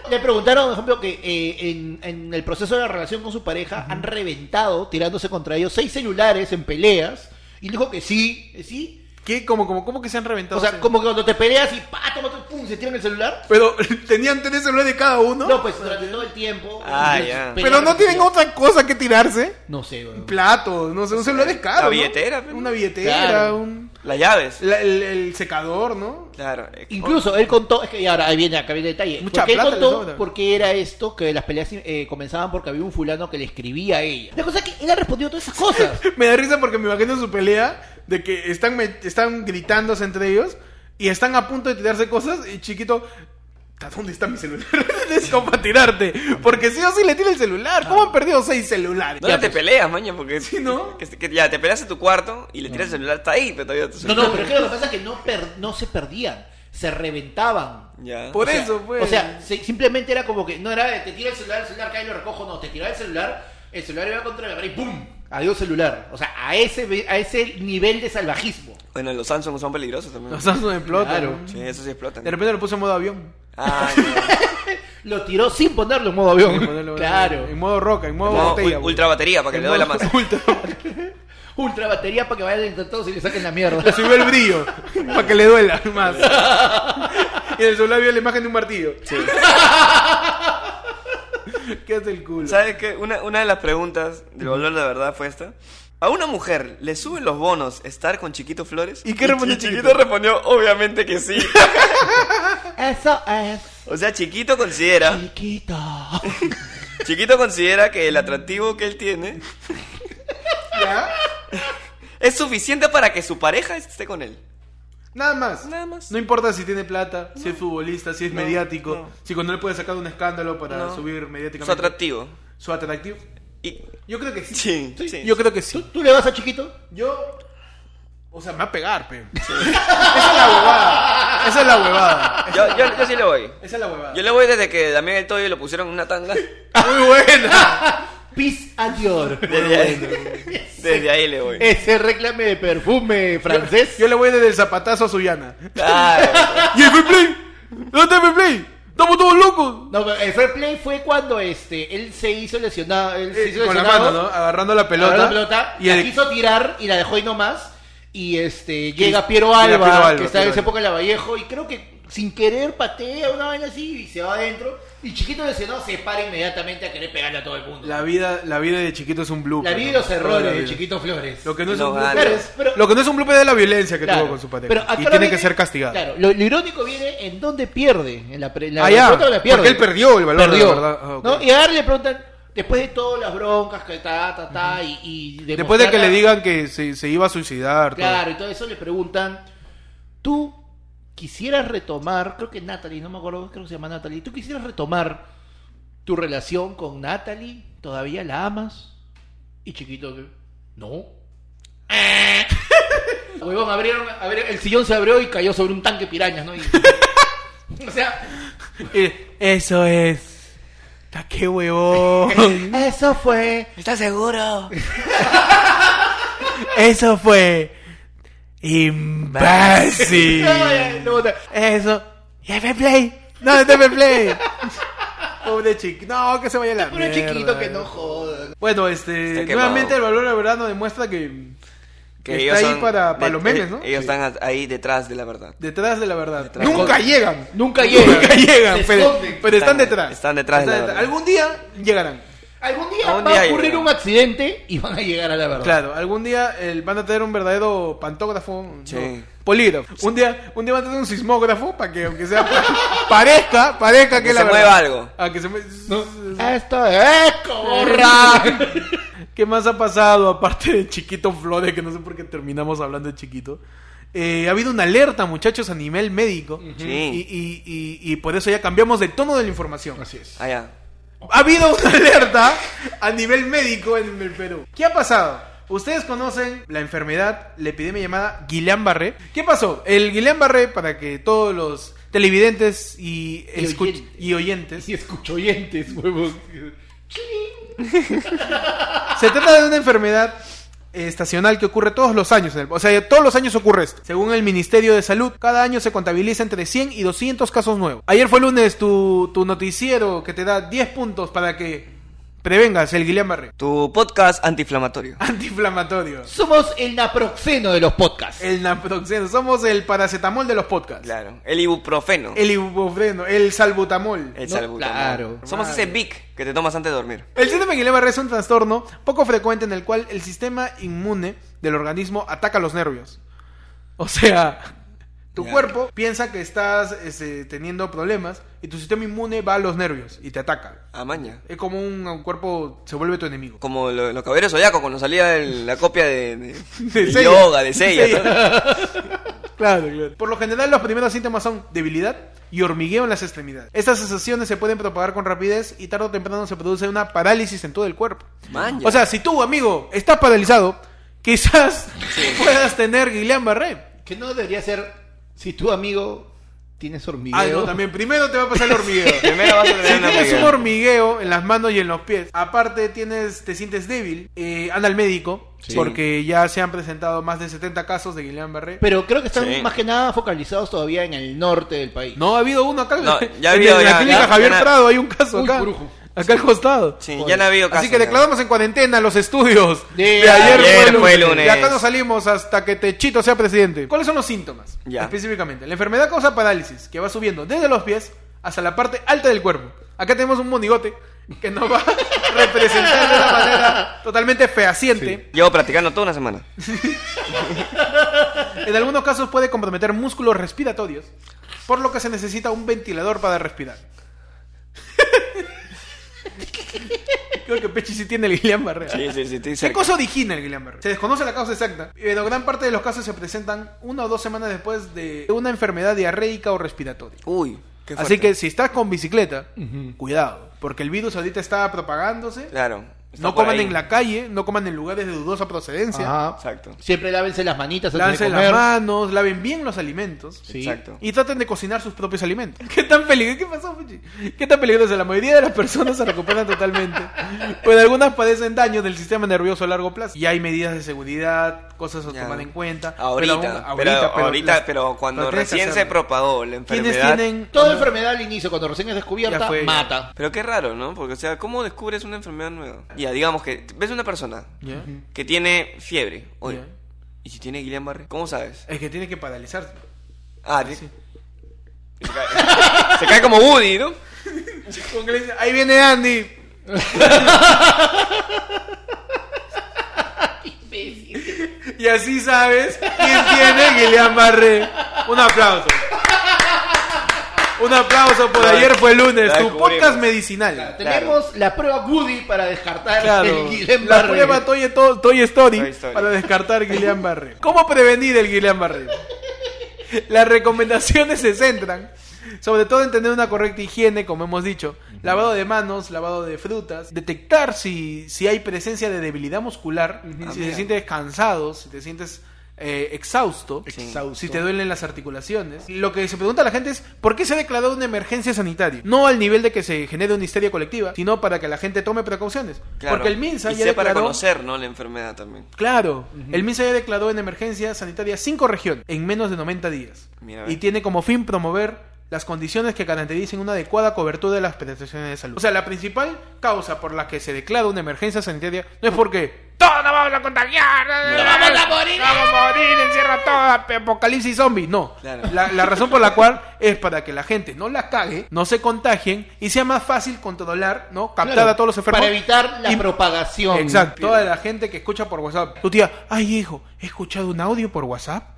S3: Le preguntaron, por ejemplo, que eh, en, en el proceso de la relación con su pareja han reventado, tirándose contra ellos, seis celulares en peleas. Y dijo que sí, que sí.
S1: ¿Qué? ¿Cómo, como cómo que se han reventado?
S3: O sea, como que cuando te peleas y pa, toma tu- pum, se tiran el celular.
S1: Pero tenían tres celulares de cada uno.
S3: No, pues durante todo el tiempo.
S2: Ah,
S3: eh,
S2: ya.
S1: pero no tienen otra cosa que tirarse.
S3: No sé, weón.
S1: Platos, no sé, un celular es caro.
S2: La
S1: ¿no?
S2: billetera, pero-
S1: Una billetera,
S3: pues. Claro.
S1: un-
S2: Las llaves.
S1: la- el, el secador, ¿no?
S2: Claro. eh,
S3: Incluso él contó, es que y ahora ahí viene acá viene el detalle,
S1: Mucha
S3: porque él
S1: plata le
S3: contó
S1: sobra.
S3: por qué era esto, que las peleas eh, comenzaban porque había un fulano que le escribía a ella. La cosa es que él ha respondido todas esas cosas.
S1: Me da risa porque me imagino su pelea de que están, me- están gritándose entre ellos y están a punto de tirarse cosas y chiquito... "¿Ta ¿Dónde está mi celular? es como para tirarte. Porque sí o sí le tiene el celular. ¿Cómo han perdido seis celulares?
S2: ¿Dónde
S3: Ya,
S2: te
S3: pues.
S2: peleas, maña? Porque
S1: ¿no?
S2: que, que ya te peleas en tu cuarto y le tiras el celular, está ahí, pero todavía tu
S3: No,
S2: celular.
S3: no, pero es que lo que pasa es que no, per- no se perdían, se reventaban.
S2: Ya.
S1: Por
S3: O sea,
S1: eso, pues.
S3: O sea, se- simplemente era como que no era de, te tira el celular, el celular cae y lo recojo, no, te tiraba el celular, el celular iba contra la pared y ¡pum! Adiós celular. O sea, a ese, ve- a ese nivel de salvajismo.
S2: Bueno, los Samsung son peligrosos también.
S1: los Samsung explotan.
S3: Claro.
S2: Sí, eso sí explotan.
S1: De repente lo puse en modo avión.
S2: Ah, ya.
S3: Lo tiró sin ponerlo en modo avión.
S1: Sin ponerlo en modo
S3: claro.
S1: avión. En modo roca, en modo
S2: Como
S1: botella.
S2: ul- ultra batería para que
S1: En
S2: le doy la
S1: modo-
S2: masa.
S1: Ultra.
S3: Ultra batería para que vayan intentados y le saquen la mierda.
S1: Le subió el brillo. para que le duela más. y en el celular vio la imagen de un martillo. Quédate el culo.
S2: ¿Sabes qué? Una, una de las preguntas del valor de la verdad fue esta. ¿A una mujer le suben los bonos estar con Chiquito Flores?
S1: ¿Y qué respondió
S2: Chi- Chiquito?
S1: Chiquito?
S2: respondió, obviamente que sí.
S3: Eso es
S2: o sea, Chiquito considera,
S3: chiquito.
S2: Chiquito considera que el atractivo que él tiene
S1: ¿Ya?
S2: es suficiente para que su pareja esté con él.
S1: Nada más.
S2: Nada más.
S1: No importa si tiene plata, si es futbolista, si es
S2: No,
S1: mediático,
S2: no.
S1: si cuando le puede sacar un escándalo para
S2: No.
S1: subir
S2: Su
S1: mediáticamente.
S2: atractivo.
S1: Su atractivo.
S2: Y...
S1: Yo creo que sí.
S2: Sí,
S3: Sí,
S2: sí.
S1: Yo creo que
S3: ¿Tú,
S1: sí.
S3: tú le vas a chiquito?
S1: Yo. O sea, me va a pegar, pe. Esa es la huevada. Esa es la huevada.
S2: Yo, yo- yo sí le voy.
S1: Esa es la huevada.
S2: Yo le voy desde que Damián el Toyo lo pusieron en una tanga.
S1: Muy buena.
S3: Peace and your.
S2: Desde ahí, desde ahí le voy.
S3: Ese reclame de perfume francés.
S1: Yo le voy desde el zapatazo a Suyana.
S2: Claro.
S1: ¡Y el free play! ¿Dónde está el free play? ¡Estamos todos locos!
S3: No, pero el fair play fue cuando este él se hizo lesionado. Él se
S1: Eh,
S3: hizo
S1: con la
S3: lesionado,
S1: mano, ¿no? Agarrando la pelota.
S3: agarró la pelota,
S1: Y
S3: la
S1: el,
S3: quiso tirar y la dejó ahí nomás. Y este llega
S1: Llega
S3: Piero Alba,
S1: Piero Alba,
S3: que está en
S1: Piero
S3: esa
S1: Alba.
S3: época en la Vallejo, y creo que sin querer patea una vaina así y se va adentro. Y Chiquito lesionado se para inmediatamente a querer pegarle a todo el mundo.
S1: La vida, la vida de chiquito es un blooper.
S3: La vida y
S1: ¿no?
S3: los
S1: Toda la
S3: errores de
S1: vida.
S3: Chiquito Flores.
S1: Lo que no es
S2: Lo
S1: un blooper
S2: gana.
S1: es-
S3: Pero-
S1: lo que no es un blooper es la violencia que
S3: Claro,
S1: tuvo con su pareja.
S3: pero
S1: y
S3: actualmente-
S1: tiene que ser castigado.
S3: Claro, lo, lo irónico viene en dónde pierde. En la, pre- la,
S1: Ah, ya,
S3: la pelota la pierde.
S1: porque él perdió el valor, la
S3: Perdió,
S1: verdad. Ah, ok.
S3: ¿no? Y ahora le preguntan, después de todas las broncas, que ta, ta, ta, y, y
S1: Después de que le
S3: demostrarla-
S1: digan que se, se iba a suicidar. todo.
S3: Claro, y todo eso le preguntan, tú quisieras retomar, creo que Natalie, no me acuerdo, creo que se llama Natalie, tú quisieras retomar tu relación con Natalie, todavía la amas, y chiquito, que, no. Huevón, abrieron, abrieron- el sillón se abrió y cayó sobre un tanque de pirañas, ¿no? Y- o sea,
S1: Y- Eso es. Ta, ¡Qué huevón!
S3: eso fue.
S2: ¿Estás seguro?
S1: Eso fue. Imbécil. Eso. Y FP Play. No, es FP Play. Pobre chiquito. No, que se vaya a la
S3: Puro
S1: mierda.
S3: chiquito que no joda.
S1: Bueno,
S2: Está
S1: este.
S2: quemado.
S1: Nuevamente el valor de verano demuestra que. que está ahí para, para
S2: de- eh,
S1: los memes, ¿no?
S2: Ellos
S1: Sí.
S2: están a- ahí detrás de la verdad.
S1: Detrás de la verdad.
S2: Detrás.
S1: Nunca llegan.
S3: Nunca llegan.
S1: Nunca llegan.
S3: Se
S1: Pero,
S3: esconden.
S1: pero están
S2: Están-
S1: detrás.
S2: están detrás de la verdad.
S1: Algún día llegarán.
S3: Algún día
S2: Algún
S3: va
S2: día
S3: a ocurrir
S2: llegará.
S3: un accidente y van a llegar a la verdad.
S1: Claro, algún día el, van a tener un verdadero pantógrafo, ¿no?
S2: Sí.
S1: polígrafo. Un día, un día van a tener un sismógrafo para que aunque sea parezca, parezca que,
S2: Que
S1: es la
S2: se
S1: verdad.
S2: mueva algo.
S1: Ah, que se mue-
S3: Ah, Esto es Coborra.
S1: ¿Qué más ha pasado aparte de Chiquito Flores que no sé por qué terminamos hablando de Chiquito? Eh, ha habido una alerta, muchachos, a nivel médico.
S2: Sí.
S1: Y, y- y- y por eso ya cambiamos de tono de la información.
S3: Así es.
S2: Allá.
S1: Ha habido una alerta a nivel médico en el Perú. ¿Qué ha pasado? Ustedes conocen la enfermedad, la epidemia llamada Guillain-Barré. ¿Qué pasó? El Guillain-Barré, para que todos los televidentes y,
S3: Y
S1: escu-
S3: oyentes.
S1: y oyentes,
S3: Si escucho oyentes, huevón.
S1: se trata de una enfermedad estacional que ocurre todos los años. en el- o sea, todos los años ocurre esto. Según el Ministerio de Salud, cada año se contabiliza entre 100 y 200 casos nuevos. Ayer fue lunes tu, tu noticiero que te da 10 puntos para que prevengas el Guillain-Barré.
S2: Tu podcast antiinflamatorio.
S1: Antiinflamatorio.
S3: Somos el naproxeno de los podcasts.
S1: El naproxeno, somos el paracetamol de los podcasts.
S2: Claro. El ibuprofeno.
S1: El ibuprofeno, el salbutamol.
S2: El
S3: No,
S2: salbutamol.
S3: claro.
S2: Somos ese Vic que te tomas antes de dormir.
S1: El síndrome de Guillain-Barré es un trastorno poco frecuente en el cual el sistema inmune del organismo ataca los nervios. O sea, tu
S2: Ya.
S1: cuerpo piensa que estás este, teniendo problemas y tu sistema inmune va a los nervios y te ataca.
S2: Amaña.
S1: Es como un, un cuerpo se vuelve tu enemigo.
S2: Como lo- los caballeros zodiacos cuando salía el- la copia de, de,
S1: De
S2: de
S1: Seiya.
S2: yoga, de Seiya. ¿no?
S1: Claro, claro. Por lo general, los primeros síntomas son debilidad y hormigueo en las extremidades. Estas sensaciones se pueden propagar con rapidez y tarde o temprano se produce una parálisis en todo el cuerpo.
S2: Maña.
S1: O sea, si tú, amigo, estás paralizado, quizás puedas tener Guillain-Barré.
S3: Que no debería ser si tu amigo tienes hormigueo.
S1: Ah, no, también primero te va a pasar el hormigueo.
S2: primero vas a
S1: Si
S2: tener una
S1: tienes un
S2: hormiga.
S1: hormigueo en las manos y en los pies, aparte tienes, te sientes débil, eh, anda al médico,
S2: Sí.
S1: porque ya se han presentado más de 70 casos de Guillain-Barré.
S3: Pero creo que están
S2: Sí.
S3: más que nada focalizados todavía en el norte del país.
S1: No, ha habido uno acá.
S2: No, ya ha
S1: en
S2: habido,
S1: la
S2: ya,
S1: clínica
S2: ya,
S1: Javier
S2: ya.
S1: Prado hay un caso
S3: Uy,
S1: acá.
S3: brujo.
S1: acá al costado.
S2: Sí, ya no ha habido
S1: Así
S2: casos,
S1: que
S2: ya.
S1: declaramos en cuarentena los estudios.
S3: De
S1: de ayer,
S2: ayer
S1: fue,
S2: fue
S1: el lunes.
S2: lunes.
S1: De acá no salimos hasta que Techito sea presidente. ¿Cuáles son los síntomas?
S2: Ya.
S1: Específicamente. La enfermedad causa parálisis, que va subiendo desde los pies hasta la parte alta del cuerpo. Acá tenemos un monigote que nos va a representar de una manera totalmente fehaciente.
S2: Llevo practicando toda una semana.
S1: En algunos casos puede comprometer músculos respiratorios, por lo que se necesita un ventilador para respirar. Creo que Pechi sí tiene el Guillain Barré. ¿eh?
S2: Sí, sí, sí, estoy
S1: ¿Qué
S2: cerca.
S1: cosa origina el Guillain Barré? Se desconoce la causa exacta, pero gran parte de los casos se presentan una o dos semanas después de una enfermedad diarreica o respiratoria.
S2: Uy, qué fuerte.
S1: Así que si estás con bicicleta, cuidado, porque el virus ahorita está propagándose.
S2: Claro. está
S1: No
S2: por
S1: coman
S2: ahí.
S1: en la calle, no coman en lugares de dudosa procedencia.
S3: Ajá.
S2: Exacto.
S3: Siempre lávense las manitas
S1: Laven
S3: antes de
S1: las
S3: comer.
S1: manos, laven bien los alimentos.
S3: Sí.
S2: Exacto.
S1: Y traten de cocinar sus propios alimentos. ¿Qué tan peligroso? ¿Qué pasó, Fuchi? ¿Qué tan peligroso? La mayoría de las personas se recuperan totalmente. Pero algunas padecen daños del sistema nervioso a largo plazo. Y hay medidas de seguridad, cosas a
S2: Ya.
S1: tomar en cuenta.
S2: Ahorita,
S1: Pero
S2: pero
S1: aún-
S2: ahorita, pero,
S1: las-
S2: cuando
S1: pero tienes que
S2: recién se
S1: hacerlo.
S2: propagó la
S1: Quienes
S2: enfermedad.
S1: tienen.
S3: Toda enfermedad al inicio, cuando recién es descubierta,
S1: Ya fue.
S3: mata.
S2: Pero qué raro, ¿no? Porque, o sea, ¿cómo descubres una enfermedad nueva? Ya, digamos que ves una persona
S1: Ya.
S2: que tiene fiebre, oye,
S1: Ya.
S2: ¿y si tiene Guillain-Barré? ¿Cómo sabes?
S1: Ah, Es que tiene que paralizarse.
S2: Ah, ti- Y se, cae, se cae como Woody, ¿no?
S1: Con que le dice, Ahí viene Andy. y así sabes quién tiene Guillain Barré. Un aplauso. Un aplauso por
S2: La de-
S1: ayer fue lunes,
S2: la
S1: tu
S2: descubrimos.
S1: podcast medicinal.
S3: Tenemos la prueba Woody para descartar el
S1: Claro,
S3: Guillain
S1: la
S3: Barré.
S1: prueba Toy, To- Toy Story
S2: Toy Story.
S1: para descartar Guillain Barré. ¿Cómo prevenir el Guillain Barré? Las recomendaciones se centran, sobre todo en tener una correcta higiene, como hemos dicho, lavado de manos, lavado de frutas, detectar si, si hay presencia de debilidad muscular,
S2: Ah,
S1: si te
S2: mira.
S1: sientes cansado, si te sientes eh, exhausto,
S2: Sí.
S1: Exhausto. si te duelen las articulaciones. Lo que se pregunta a la gente es, ¿por qué se ha declarado una emergencia sanitaria? No al nivel de que se genere una histeria colectiva, sino para que la gente tome precauciones.
S2: Claro.
S1: Porque el MINSA
S2: y
S1: ya
S2: sepa
S1: declaró...
S2: reconocer, ¿no? La enfermedad también.
S1: Claro, el MINSA ya declaró en emergencia sanitaria cinco regiones en menos de 90 días.
S2: Mira, a ver.
S1: y tiene como fin promover las condiciones que garanticen una adecuada cobertura de las prestaciones de salud. O sea, la principal causa por la que se declara una emergencia sanitaria no es porque todos nos vamos a contagiar, eh, nos
S3: vamos a morir".
S1: vamos a morir, encierra todo, apocalipsis zombie. No,
S2: Claro.
S1: la, la razón por la cual es para que la gente no la cague, no se contagien y sea más fácil controlar, ¿no? Captar
S3: Claro,
S1: a todos los enfermos.
S3: Para evitar la
S1: y-
S3: propagación.
S1: Exacto. Toda la gente que escucha por WhatsApp. Tu tía, ay hijo, he escuchado un audio por WhatsApp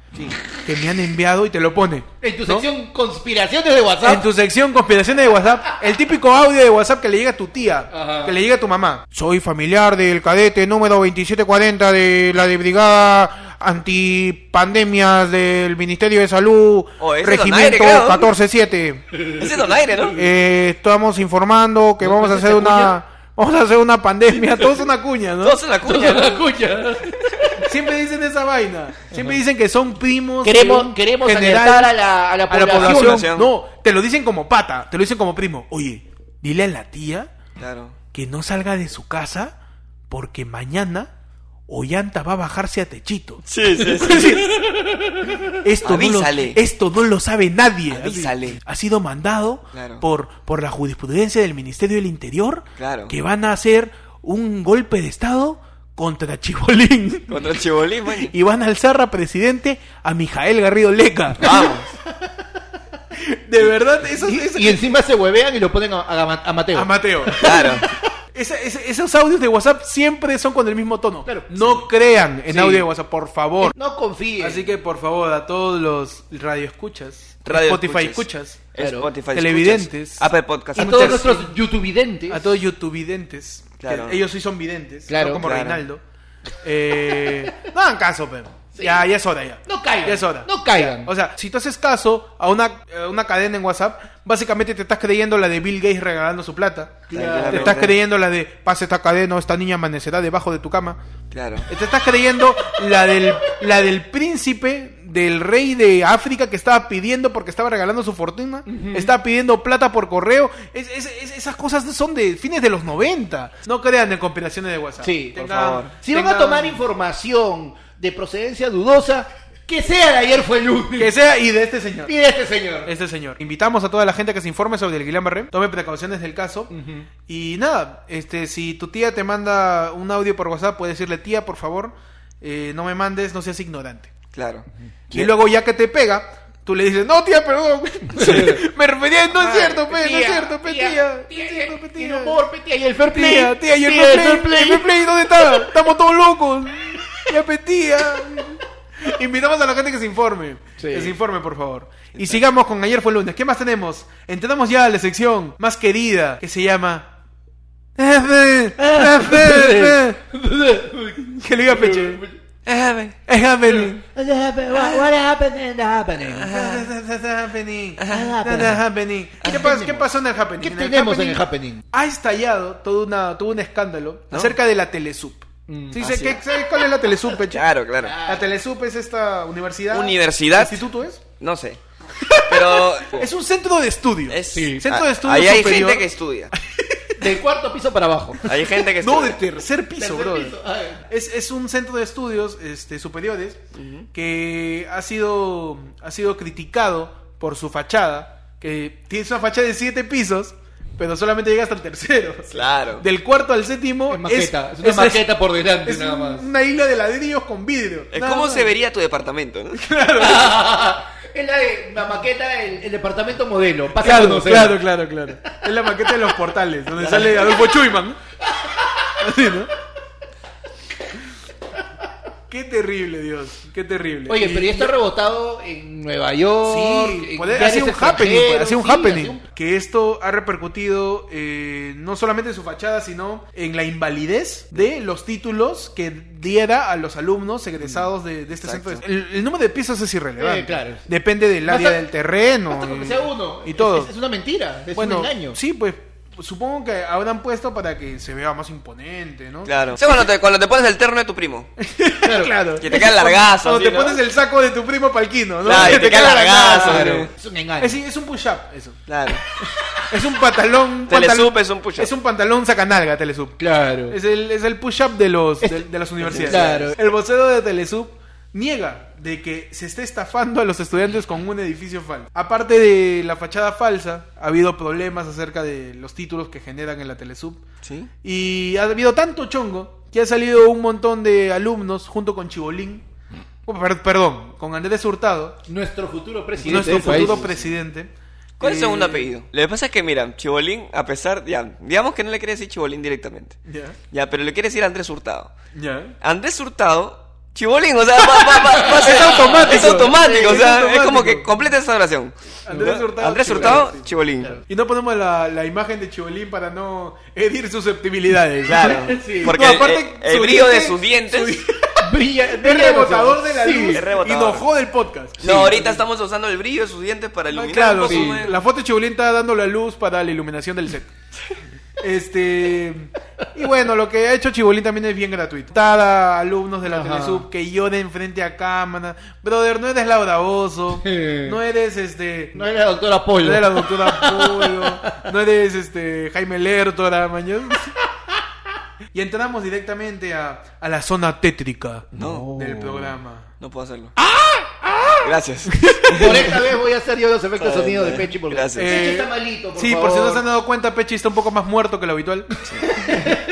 S1: que me han enviado y te lo pone.
S3: En tu
S1: ¿no?
S3: sección conspiraciones de WhatsApp.
S1: En tu sección conspiraciones de WhatsApp, el típico audio de WhatsApp que le llega a tu tía,
S3: Ajá.
S1: que le llega a tu mamá. Soy familiar del cadete número 2740 de la de brigada antipandemias del Ministerio de Salud,
S2: Oh, ese
S1: regimiento
S2: donaire, creo.
S1: 147.
S2: Ese donaire, ¿no?
S1: Eh, estamos informando que
S3: ¿No
S1: vamos a
S3: es esa
S1: hacer una
S3: cuña?
S1: vamos a hacer una pandemia, todo es una cuña, ¿no?
S2: Todos en la cuña. ¿no?
S3: La cuña.
S1: Siempre dicen esa vaina. Siempre dicen que son primos. que
S3: Queremos,
S1: un
S3: queremos
S1: general,
S3: alertar a la, a la
S1: a la
S3: población.
S1: población.
S2: población.
S1: No, te lo dicen como pata, te lo dicen como primo. Oye, dile a la tía
S2: Claro.
S1: que no salga de su casa porque mañana Ollanta va a bajarse a techito.
S2: Sí, sí,
S1: Es decir, Esto no, lo,
S2: Avísale.
S1: esto no lo sabe nadie. Así,
S2: Avísale.
S1: Ha sido mandado
S2: Claro.
S1: por, por la jurisprudencia del Ministerio del Interior
S2: Claro.
S1: que van a hacer un golpe de Estado contra Chibolín
S2: Contra el chibolín, man.
S1: y van a alzar a presidente a Mijael Garrido Leca.
S2: Vamos.
S1: De verdad, eso es
S3: Y, y encima se huevean y lo ponen a, a- a Mateo.
S1: a Mateo.
S2: Claro.
S1: Esa- esa- esos audios de WhatsApp siempre son con el mismo tono.
S3: Claro.
S1: No crean en
S3: Sí.
S1: audio de WhatsApp, por favor.
S3: no confíen.
S1: Así que por favor, a todos los radioescuchas,
S2: Radio
S1: Spotify escuchas,
S3: Claro.
S2: Spotify escuchas.
S1: Televidentes.
S2: Apple Podcast.
S3: a
S1: un
S3: todos
S1: tercio.
S3: nuestros youtubevidentes.
S1: a todos youtubevidentes, que
S2: Claro.
S1: ellos sí son videntes,
S3: Claro,
S1: no como
S2: claro.
S1: Reinaldo. Eh, no hagan caso, pero ya, ya es hora ya.
S3: No caigan.
S1: Ya es hora.
S3: No caigan.
S1: O sea, si tú haces caso a una, a una cadena en WhatsApp, básicamente te estás creyendo la de Bill Gates regalando su plata.
S2: Claro.
S1: Te estás creyendo la de pasa esta cadena o esta niña amanecerá debajo de tu cama.
S2: Claro.
S1: Te estás creyendo la del, la del príncipe, del rey de África que estaba pidiendo porque estaba regalando su fortuna. Estaba pidiendo plata por correo. Es- es- es- esas cosas son de fines de los 90. No crean en conspiraciones de WhatsApp.
S3: Sí, por
S1: Tengan-
S2: favor.
S3: si van a
S1: tengan-
S3: tomar información de procedencia dudosa, que sea de ayer fue el lunes.
S1: Que sea y de este señor.
S3: Y de este señor.
S1: Este señor. Invitamos a toda la gente que se informe sobre el Guillain Barré. Tome precauciones del caso. Y nada, este, si tu tía te manda un audio por WhatsApp, puedes decirle, tía, por favor, eh, no me mandes, no seas ignorante.
S2: Claro.
S1: Y luego ya que te pega, tú le dices, no, tía, perdón. Me refería, no es cierto, pe, no es cierto, pe, tía. No es cierto, pe,
S3: Y el
S1: tía.
S3: humor, pe, tía, y el fair play.
S1: Tía, tía, y el
S3: Tía,
S1: fair play, el fair play, ¿dónde está? Estamos todos locos. Ya, pe, tía. Invitamos a la gente que se informe.
S3: Sí.
S1: Que se informe, por favor. Y sigamos con Ayer fue lunes. ¿Qué más tenemos? Entramos ya a la sección más querida que se llama... que lo iba a peche. Es happening.
S3: What happened? What- what happened and happening?
S1: That's happening.
S3: Ah,
S1: That's
S3: pero-
S1: happening. ¿Qué, pas- qué pasó en el happening?
S3: ¿Qué
S1: En
S3: tenemos en el happening?
S1: Ha estallado todo, una, todo un escándalo acerca de la Telesup.
S3: Mm.
S1: Sí,
S2: Ah,
S1: sé-
S2: sí.
S1: ¿qué- ¿Sabes cuál es la Telesup, Peche?
S2: Claro, claro.
S1: La Telesup es esta universidad.
S2: Universidad.
S1: ¿Instituto es?
S2: No sé. Pero.
S1: Es un centro de estudio.
S2: es- ah,
S3: Sí.
S1: Centro de estudio
S2: Ahí hay
S1: superior.
S2: gente que estudia.
S3: Del cuarto piso para abajo.
S2: Hay gente que
S1: No,
S2: estudia.
S1: de tercer piso,
S3: Tercer
S1: bro.
S3: piso, ah, eh.
S1: Es, es un centro de estudios este, superiores que ha sido, ha sido criticado por su fachada, que tiene una fachada de siete pisos, pero solamente llega hasta el tercero.
S2: Claro.
S1: Del cuarto al séptimo
S3: Es maqueta. Es, una maqueta por delante
S1: es
S3: nada más.
S1: una isla de ladrillos con vidrio.
S2: Es
S1: Nada
S2: Eh, ¿Cómo
S1: más.
S2: se vería tu departamento? ¿no?
S3: Es la, de, la maqueta, el, el departamento modelo. Pasa a
S1: Claro,
S3: conocer.
S1: claro, claro, claro. Es la maqueta de los portales, donde sale Adolfo Chuyman. Así, ¿no? Qué terrible, Dios. Qué terrible.
S3: Oye, pero ya está rebotado en Nueva York.
S1: Sí, eh,
S3: en
S1: puede- ha
S3: diarios
S1: sido un happening, pues, ha
S3: extranjeros,
S1: sido un
S3: sí,
S1: happening.
S3: ha sido un-
S1: Que esto ha repercutido eh, no solamente en su fachada, sino en la invalidez de los títulos que diera a los alumnos egresados de, de este
S2: Exacto.
S1: centro. El, el número de pisos es irrelevante.
S3: Eh, claro.
S1: Depende del área
S3: Basta-
S1: del terreno.
S3: Basta con que
S1: y-
S3: sea uno.
S1: Y
S3: Es-
S1: todo.
S3: Es, es una mentira. Es
S1: bueno,
S3: un engaño.
S1: sí, pues supongo que habrán puesto para que se vea más imponente, ¿no?
S2: Claro. Sí, cuando, te, cuando te pones el terno de tu primo.
S3: Claro.
S2: Que te cae largazo.
S1: Cuando
S2: así,
S1: te
S2: ¿no?
S1: pones el saco de tu primo palquino, ¿no?
S2: Claro, y te cae largazo,
S1: largazo.
S2: claro.
S3: Ah, Es un engaño.
S1: Es, es un push-up, eso.
S2: Claro.
S1: Es un pantalón.
S2: Telesub
S1: pantal-
S2: es un push-up.
S1: Es un pantalón sacanalga, Telesub.
S3: Claro.
S1: Es el, es el push-up de, los, de,
S3: Este-
S1: de las universidades.
S3: Claro.
S1: El vocero de Telesub niega de que se esté estafando a los estudiantes con un edificio falso. Aparte de la fachada falsa, ha habido problemas acerca de los títulos que generan en la Telesub.
S2: Sí.
S1: Y ha habido tanto chongo que ha salido un montón de alumnos junto con Chibolín. oh, per- Perdón, con Andrés Hurtado,
S3: Nuestro futuro presidente.
S1: nuestro
S3: del país.
S1: futuro presidente.
S2: ¿Cuál es
S1: Eh,
S2: el segundo apellido? Lo que pasa es que, mira, Chibolín, a pesar. Ya, digamos que no le quiere decir Chibolín directamente.
S1: Ya,
S2: Ya, pero le quiere decir Andrés Hurtado.
S1: ya.
S2: Andrés Hurtado, Chibolín, o sea, va, va- va- va a ser-
S1: Es automático.
S2: Es automático,
S1: Sí,
S2: o sea,
S1: es
S2: es,
S1: automático.
S2: como que completa esa oración.
S1: Andrés Hurtado,
S2: Andrés
S1: Chibolín,
S2: Hurtado,
S1: sí.
S2: Chibolín.
S3: Claro.
S1: Y no ponemos la, la imagen de Chibolín para no herir susceptibilidades.
S2: Claro.
S3: Sí.
S2: Porque
S1: No,
S2: el-
S1: aparte,
S2: el, el
S1: su
S2: brillo de
S1: diente-
S2: sus dientes.
S3: Brilla,
S1: Es
S3: brilla
S1: rebotador de la
S3: sí.
S1: luz
S2: es
S1: y
S2: rebotador.
S1: nos jode el podcast.
S2: No, ahorita estamos usando el brillo de sus dientes para
S1: Ah,
S2: iluminar. un
S1: claro,
S2: poco
S1: sí.
S2: más.
S1: La foto de Chibolín está dando la luz para la iluminación del set. Este. Y bueno, lo que ha hecho Chibolín también es bien gratuito. Está a alumnos de la
S3: Ajá.
S1: Telesub que lloren frente a cámara. Brother, no eres Laura Bozo.
S3: Sí.
S1: No eres este.
S3: No era la doctora Polo.
S1: No eres la doctora Polo. No eres este. Jaime Lertora, mañana. Y entramos directamente a, a la zona tétrica
S2: No.
S1: del programa.
S2: No puedo hacerlo.
S1: ¡Ah!
S2: Gracias.
S3: Por esta vez voy a hacer yo los efectos de sonido de Pechi porque
S2: Gracias.
S3: Pechi
S1: Eh,
S3: está malito. Por
S1: sí,
S3: favor.
S1: por si no se han dado cuenta, Pechi está un poco más muerto que lo habitual.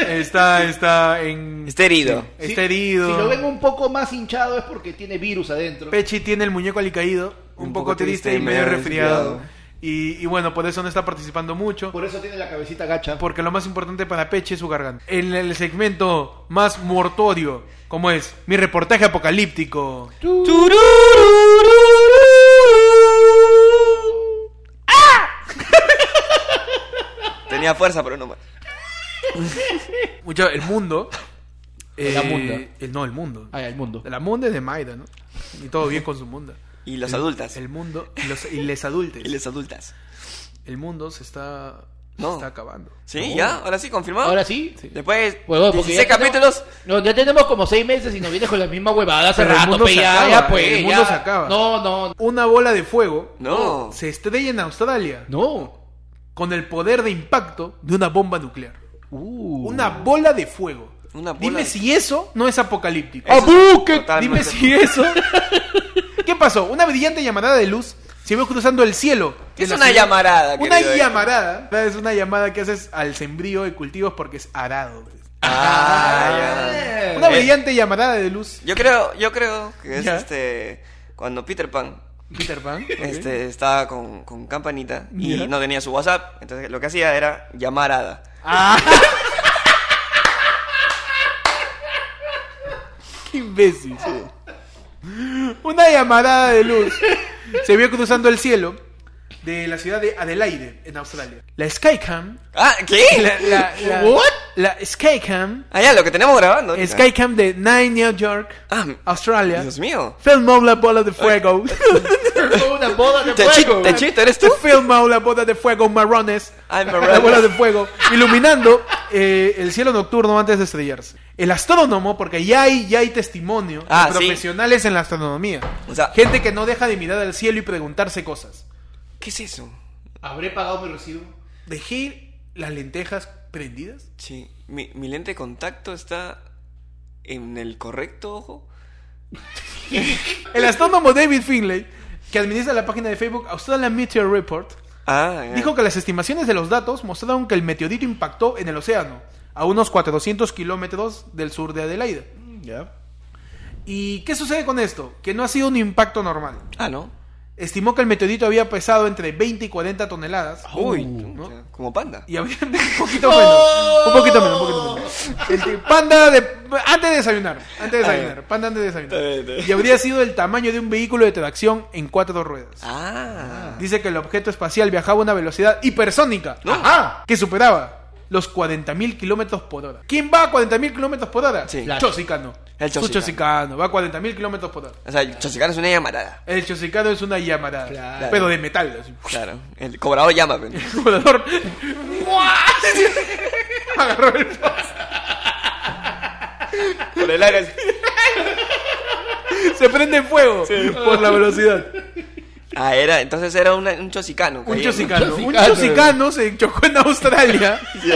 S1: está, está en.
S2: Está herido.
S3: Si-
S1: está herido.
S3: Si lo ven un poco más hinchado es porque tiene virus adentro.
S1: Pechi tiene el muñeco alicaído, un, poco, triste y medio resfriado.
S2: resfriado.
S1: Y, y bueno, por eso no está participando mucho.
S3: Por eso tiene la cabecita gacha.
S1: Porque lo más importante para Pechi es su garganta. En el segmento más mortorio, como es mi reportaje apocalíptico.
S2: ¡Ah! Tenía fuerza, pero no más.
S1: Mucha- el mundo. eh,
S3: La Munda.
S1: el- no, el mundo.
S3: Ay, al mundo.
S1: La munda es de Maida, ¿no? Y todo bien con su munda.
S2: Y los adultas.
S1: El mundo y, los, y les adultes.
S2: Y les adultas.
S1: El mundo se está, se
S2: No.
S1: está acabando.
S2: ¿Sí? ¿Ya? ¿Ahora sí? ¿Confirmado?
S3: Ahora sí.
S2: Después
S3: Huevón, porque
S2: 16
S3: ya tenemos-
S2: capítulos.
S3: no, ya tenemos como seis meses y nos vienes con la misma huevada hace
S1: Pero el
S3: rato,
S1: mundo
S3: pe,
S1: se
S3: ya,
S1: acaba,
S3: ya, pues,
S1: el mundo
S3: ya.
S1: se acaba.
S3: No, no,
S1: Una bola de fuego
S2: No.
S1: se estrella en Australia
S3: no.
S1: con el poder de impacto de una bomba nuclear.
S3: Uh.
S1: Una bola de fuego.
S2: Una bola
S1: Dime
S2: de-
S1: si eso no es apocalíptico.
S2: Eso es
S1: ¡Abu! ¿Qué- Dime
S2: totalmente-
S1: si eso. ¿Qué pasó? Una brillante llamarada de luz se vio cruzando el cielo.
S2: ¿Qué es
S1: de la
S2: una
S1: ciudad-
S2: llamarada?
S1: Una
S2: querido?
S1: llamarada. Es una llamada que haces al sembrío de cultivos porque es arado. pues.
S2: Ah, ya.
S1: Una
S2: Eh.
S1: brillante llamarada de luz.
S2: Yo creo, yo creo que es
S1: Ya.
S2: este. Cuando Peter Pan
S1: Peter Pan. ok.
S2: este, estaba con, con campanita y
S1: Ya.
S2: no tenía su WhatsApp, entonces lo que hacía era llamar a Ada.
S1: Qué imbécil. Una llamarada de luz se vio cruzando el cielo de la ciudad de Adelaide, en Australia. La Skycam.
S2: ¿Ah, qué?
S1: La, la, la-
S3: ¿What?
S1: la Skycam.
S2: Ah, ya, lo que tenemos grabando. ahorita.
S1: Skycam de Nine, New York,
S2: Ah,
S1: Australia.
S2: Dios mío.
S1: Filmó la bola de fuego.
S3: una boda de
S2: ¿Te
S3: fuego.
S2: chiste, eres tú? Ah,
S1: Filmó la bola de fuego marrones.
S2: I'm a
S1: La bola
S2: rebel.
S1: de fuego, iluminando eh, el cielo nocturno antes de estrellarse. El astrónomo, porque ya hay, ya hay testimonio de
S2: Ah, sí.
S1: profesionales en la astronomía.
S2: O sea-
S1: Gente que no deja de mirar al cielo y preguntarse cosas.
S2: ¿Qué es eso?
S3: ¿Habré pagado mi recibo?
S1: ¿Dejé las lentejas prendidas?
S2: Sí, mi, mi lente de contacto está en el correcto ojo.
S1: El astrónomo David Finlay, que administra la página de Facebook Australian Meteor Report,
S2: Ah, ya.
S1: dijo que las estimaciones de los datos mostraron que el meteorito impactó en el océano, a unos 400 kilómetros del sur de Adelaide.
S3: Ya.
S1: ¿Y qué sucede con esto? Que no ha sido un impacto normal.
S2: Ah, no.
S1: estimó que el meteorito había pesado entre 20 y 40 toneladas.
S2: Uy,
S1: Oh, ¿no?
S2: ¿no? como panda.
S1: Y había un poquito menos. Un poquito menos, un poquito menos. Este, panda de, antes de desayunar. Antes de
S2: Oh. Ah,
S1: desayunar. Panda antes de
S2: Está bien, está
S1: desayunar.
S2: bien.
S1: Y habría sido el tamaño de un vehículo de tracción en cuatro ruedas.
S2: Ah,
S1: Dice que el objeto espacial viajaba a una velocidad hipersónica.
S2: No.
S1: Ajá, Que superaba los 40.000 kilómetros por hora. ¿Quién va a 40.000 kilómetros por hora?
S2: Sí.
S3: Flash.
S1: Chosicano.
S2: El
S1: Su
S2: Chosicano.
S1: Chosicano. Va a 40.000 kilómetros por hora.
S2: o sea, Chosicar es una llamarada.
S1: El Chosicano es una llamarada.
S3: Claro.
S1: Pero de metal. así.
S2: Claro, el cobrador llama. pero-
S1: El volador. Agarró el
S2: Por el aire.
S1: Se prende fuego por la velocidad.
S2: Ah, era, entonces era una- un chosicano.
S1: Un
S2: cayendo.
S1: chosicano. Un
S3: chosicano.
S1: chosicano se chocó en Australia.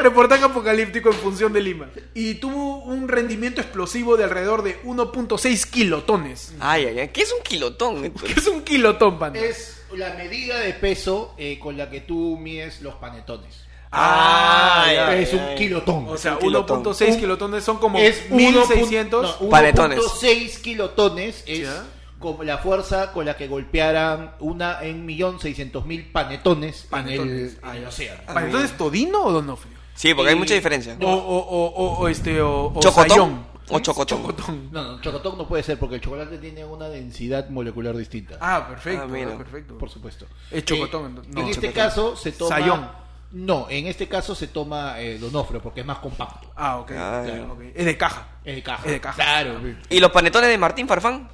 S1: Reportaje apocalíptico en función de Lima. Y tuvo un rendimiento explosivo de alrededor de 1.6 kilotones.
S2: Ay, ay, ay. ¿Qué es un kilotón? Héctor?
S1: ¿Qué es un kilotón, pan?
S3: Es la medida de peso eh, con la que tú mides los panetones.
S2: Ah, ya,
S3: es
S2: ya,
S3: un
S2: ya.
S3: kilotón.
S1: O sea,
S2: un kilotón.
S1: 1.6
S3: Un-
S1: kilotones son como
S3: es
S1: 1.600.
S3: 1.6
S2: Panetones.
S3: 6 kilotones es
S1: Ya.
S3: como la fuerza con la que golpearan una en millón seiscientos mil panetones,
S1: Panetones.
S3: en el, en el océano.
S1: Ah, Entonces, ¿Todino o Donofrio?
S2: Sí, porque hay
S3: Y-
S2: mucha diferencia.
S1: O, o, o, o- o este, o, o
S2: Chocotón.
S1: Sayón.
S2: O chocotón.
S1: Chocotón.
S3: No, no, chocotón no puede ser porque el chocolate tiene una densidad molecular distinta.
S1: Ah, perfecto.
S2: Ah, mira.
S1: perfecto.
S3: Por supuesto. Eh,
S1: Es chocotón, entonces. No,
S3: en este
S2: chocotón.
S3: caso se toma.
S1: Sayón.
S3: No, en este caso se toma eh, donofrio porque es más compacto.
S1: Ah, ok.
S2: Ah,
S1: claro, ok. Es de caja.
S3: Es de caja.
S1: Es de caja.
S3: Claro.
S2: ¿Y los panetones de Martín Farfán?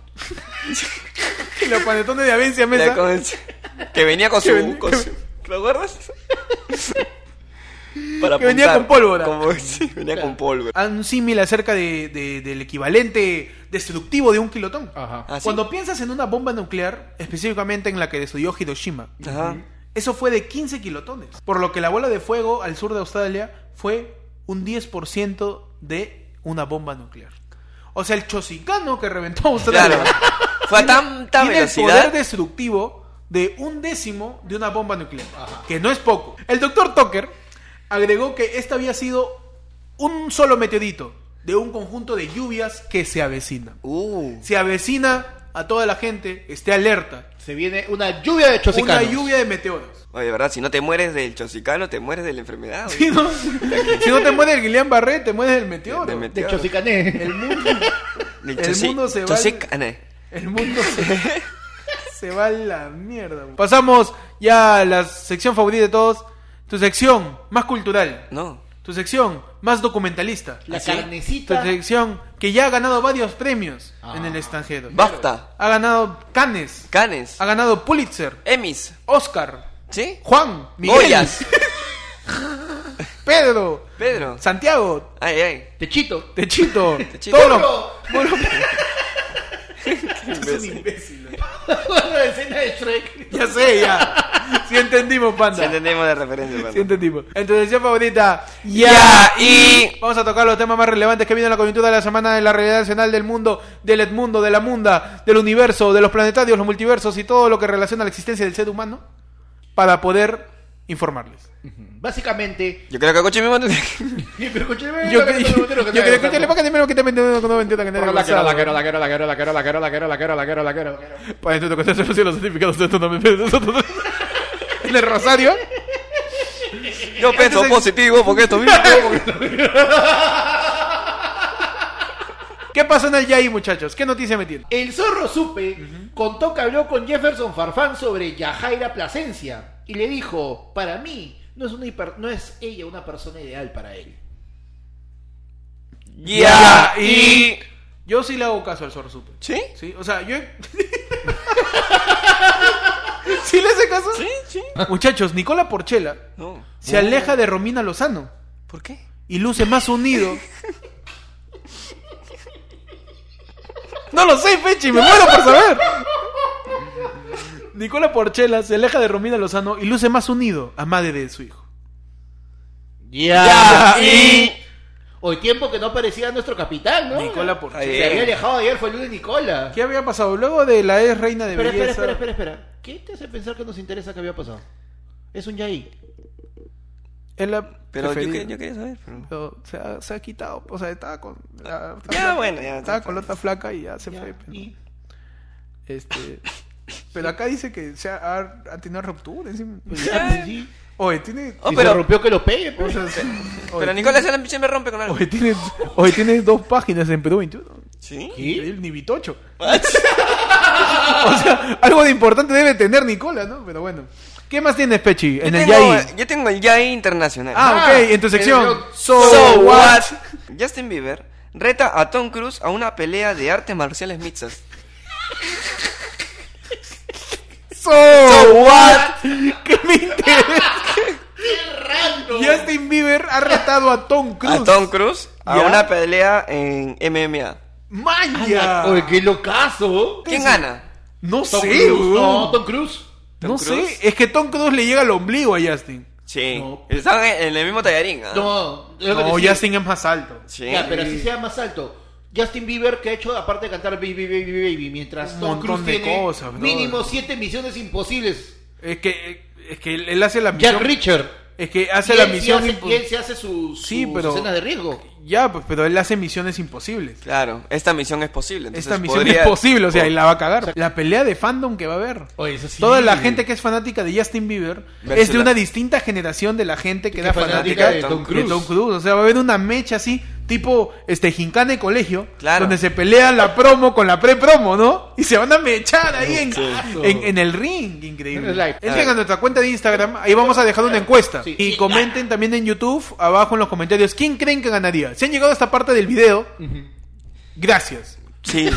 S1: Y los panetones de Avencia Mesa.
S2: Ya con el- Que venía con
S1: Que
S2: su...
S1: venía-
S2: con su- ¿Te acuerdas? Para
S1: Que venía
S2: apuntar.
S1: con pólvora.
S2: Como- sí, venía
S3: Claro.
S2: con pólvora.
S1: a un símil acerca de, de- del equivalente destructivo de un kilotón.
S3: Ajá.
S2: Ah, sí.
S1: Cuando piensas en una bomba nuclear, específicamente en la que destruyó Hiroshima,
S2: Ajá.
S1: eso fue de 15 kilotones. Por lo que la bola de fuego al sur de Australia fue un 10% de una bomba nuclear. O sea, el chosicano que reventó Australia
S2: Claro. Fue a tanta
S1: tiene el poder
S2: velocidad.
S1: destructivo de un décimo de una bomba nuclear,
S3: Ajá.
S1: que no es poco. El doctor Tucker agregó que este había sido un solo meteorito de un conjunto de lluvias que se avecina.
S2: Uh.
S1: Se avecina a toda la gente, esté alerta.
S3: Se viene una lluvia de chosicanos.
S1: Una lluvia de meteoros.
S2: Oye, de ¿verdad? Si no te mueres del chosicano, te mueres de la enfermedad. oye.
S1: Si no, si no te mueres el Guillain Barré, te mueres del meteoro.
S2: De
S3: De
S2: meteoro.
S3: chosicané.
S1: El mundo, el
S2: Del chosi-
S1: mundo se va-
S2: chosicane.
S1: el mundo se, se va a la mierda. güey. Pasamos ya a la sección favorita de todos. Tu sección más cultural.
S2: No.
S1: Tu sección más documentalista.
S3: La
S2: ¿Ah, sí?
S1: Tu
S3: carnecita.
S1: sección que ya ha ganado varios premios
S3: Ah.
S1: en el extranjero.
S2: Bafta.
S1: Ha ganado Cannes.
S2: Canes.
S1: Ha ganado Pulitzer.
S2: Emis.
S1: Oscar.
S2: ¿Sí?
S1: Juan. Miguel.
S2: Goyas.
S1: Pedro.
S2: Pedro.
S1: Santiago.
S2: Ay, ay.
S3: Techito.
S1: Techito.
S2: Techito.
S1: Todos los-
S3: la escena de Shrek.
S1: Ya sé, ya. Si entendimos, panda.
S2: Sí entendimos la referencia, hermano.
S1: Sí entendimos. En tu sección favorita.
S2: Ya, y-
S1: Vamos a tocar los temas más relevantes que vienen en la coyuntura de la semana de la realidad nacional del mundo, del Edmundo, de la Munda, del universo, de los planetarios, los multiversos y todo lo que relaciona la existencia del ser humano para poder informarles.
S3: Básicamente.
S2: Yo creo que coche mismo.
S3: Yo creo que
S1: Yo creo que le pagan primero que te meten con 90 que
S3: La quiero, la quiero,
S1: no
S3: la quiero, la quiero, la quiero, la quiero, la quiero, la quiero, la quiero, la quiero.
S1: Para Pues, esto te contesto yo sé los certificados de esto no me esto no me- En el Rosario.
S2: Yo pienso positivo porque esto mismo.
S1: ¿Qué pasó en el Yai, muchachos? ¿Qué noticia metieron?
S3: El zorro supe contó que habló con Jefferson Farfán sobre Yajaira Plasencia y le dijo, para mí no es, una hiper- no es ella una persona ideal para él.
S2: Ya, y.
S1: Yo sí le hago caso al Zorro Super.
S2: ¿Sí?
S1: Sí, o sea, yo. ¿Sí le hace caso?
S2: Sí, sí.
S1: Muchachos, Nicola Porchela
S2: No.
S1: se aleja de Romina Lozano
S2: ¿Por qué?
S1: y luce más unido.
S2: No lo sé, Fechi.
S1: ¡Me muero por saber! Nicola Porchela se aleja de Romina Lozano y luce más unido a madre de su hijo.
S2: Ya, y.
S3: Hoy tiempo que no aparecía nuestro capitán, ¿no?
S1: Nicola eh, Porchela.
S2: Ahí.
S3: Se había alejado ayer, fue el lunes Nicola.
S1: ¿Qué había pasado? Luego de la ex reina de
S3: Espera, espera,
S1: belleza.
S3: espera, espera, espera. ¿Qué te hace pensar que nos interesa que había pasado? Es un Yaí.
S1: Es la
S2: Pero yo,
S1: preferida.
S2: que- yo quería saber. Pero...
S1: Pero se ha, se ha quitado, o sea, estaba con. la-
S2: Ya, Ah, bueno, ya.
S1: Ah, Estaba con la otra flaca y ya se
S3: Ya,
S1: fue. pero-
S3: y-
S1: Este, pero acá dice que se ha, ha- ha tenido ruptura. encima.
S3: Pues ya, pues sí.
S1: Oye, tiene.
S2: Oh,
S3: Si
S2: pero-
S3: se rompió que lo pegue,
S1: o
S3: pues.
S1: sea, sí. Oye,
S2: Pero Nicolás Allen siempre rompe con algo.
S1: oye, tiene, oye, tiene dos páginas en Perú 21.
S2: ¿Sí?
S3: ¿Sí?
S1: Ni Vitocho. Algo de importante debe tener Nicola, ¿no? Pero bueno. ¿Qué más tienes, Pechi?
S2: Yo
S1: En el
S2: tengo-
S1: Yai.
S2: Yo tengo el Yai internacional.
S1: Ah,
S3: Ah,
S1: ok, en tu sección.
S3: pero-
S1: So,
S2: So
S1: what?
S2: what? Eh, Justin Bieber reta a Tom Cruise a una pelea de artes marciales mixtas.
S1: So, what? ¿Qué me interesa? Justin Bieber ha retado a Tom Cruise.
S2: A Tom Cruise a
S1: Ya.
S2: una pelea en MMA.
S1: ¡Maya!
S3: Ya. Oye, qué locazo.
S2: ¿Quién gana?
S1: No
S3: Tom
S1: sé,
S3: Cruise.
S1: weón.
S3: No, Tom Cruise.
S1: No
S2: Cruise?
S1: sé, es que Tom Cruise le llega al ombligo a Justin.
S2: Sí.
S3: No.
S2: Están en en el mismo tallarín. ¿ah?
S3: No, es lo que
S1: No,
S3: decía.
S1: Justin es más alto.
S2: Sí.
S3: Ya, pero así sea más alto. Justin Bieber que ha hecho aparte de cantar Baby Baby Baby mientras
S1: Un
S3: Tom
S1: montón
S3: Cruise
S1: de
S3: tiene
S1: cosas, brother.
S3: mínimo siete misiones imposibles.
S1: Es que, es que él él hace la misión.
S3: Jack Richard.
S1: Es que hace
S3: Y
S1: la
S3: él sí
S1: misión.
S3: hace-
S1: impo-
S3: y él se hace su, su
S1: Sí, pero-
S3: escena de riesgo.
S1: Ya, pues, pero él hace misiones imposibles.
S2: Claro, esta misión es posible. entonces
S1: Esta misión
S2: podría-
S1: es posible, o sea, y la va a cagar. La pelea de fandom que va a haber.
S3: Oye, eso sí.
S1: Toda la gente que es fanática de Justin Bieber
S2: Versus
S1: es de
S2: la-
S1: una distinta generación de la gente que
S3: Que
S1: era
S3: fanática
S1: fanática
S2: de Tom
S1: de Tom Cruise. O sea, va a haber una mecha así, tipo este gincana de colegio,
S2: Claro.
S1: donde se pelea la promo con la pre-promo, ¿no? Y se van a mechar ahí en,
S2: Sí.
S1: en, en el ring, increíble.
S3: En el live.
S1: Entren a nuestra cuenta de Instagram, ahí vamos a dejar una encuesta.
S3: Sí.
S1: Y comenten también en YouTube, abajo en los comentarios, ¿quién creen que ganaría? Si han llegado a esta parte del video, gracias.
S2: Sí.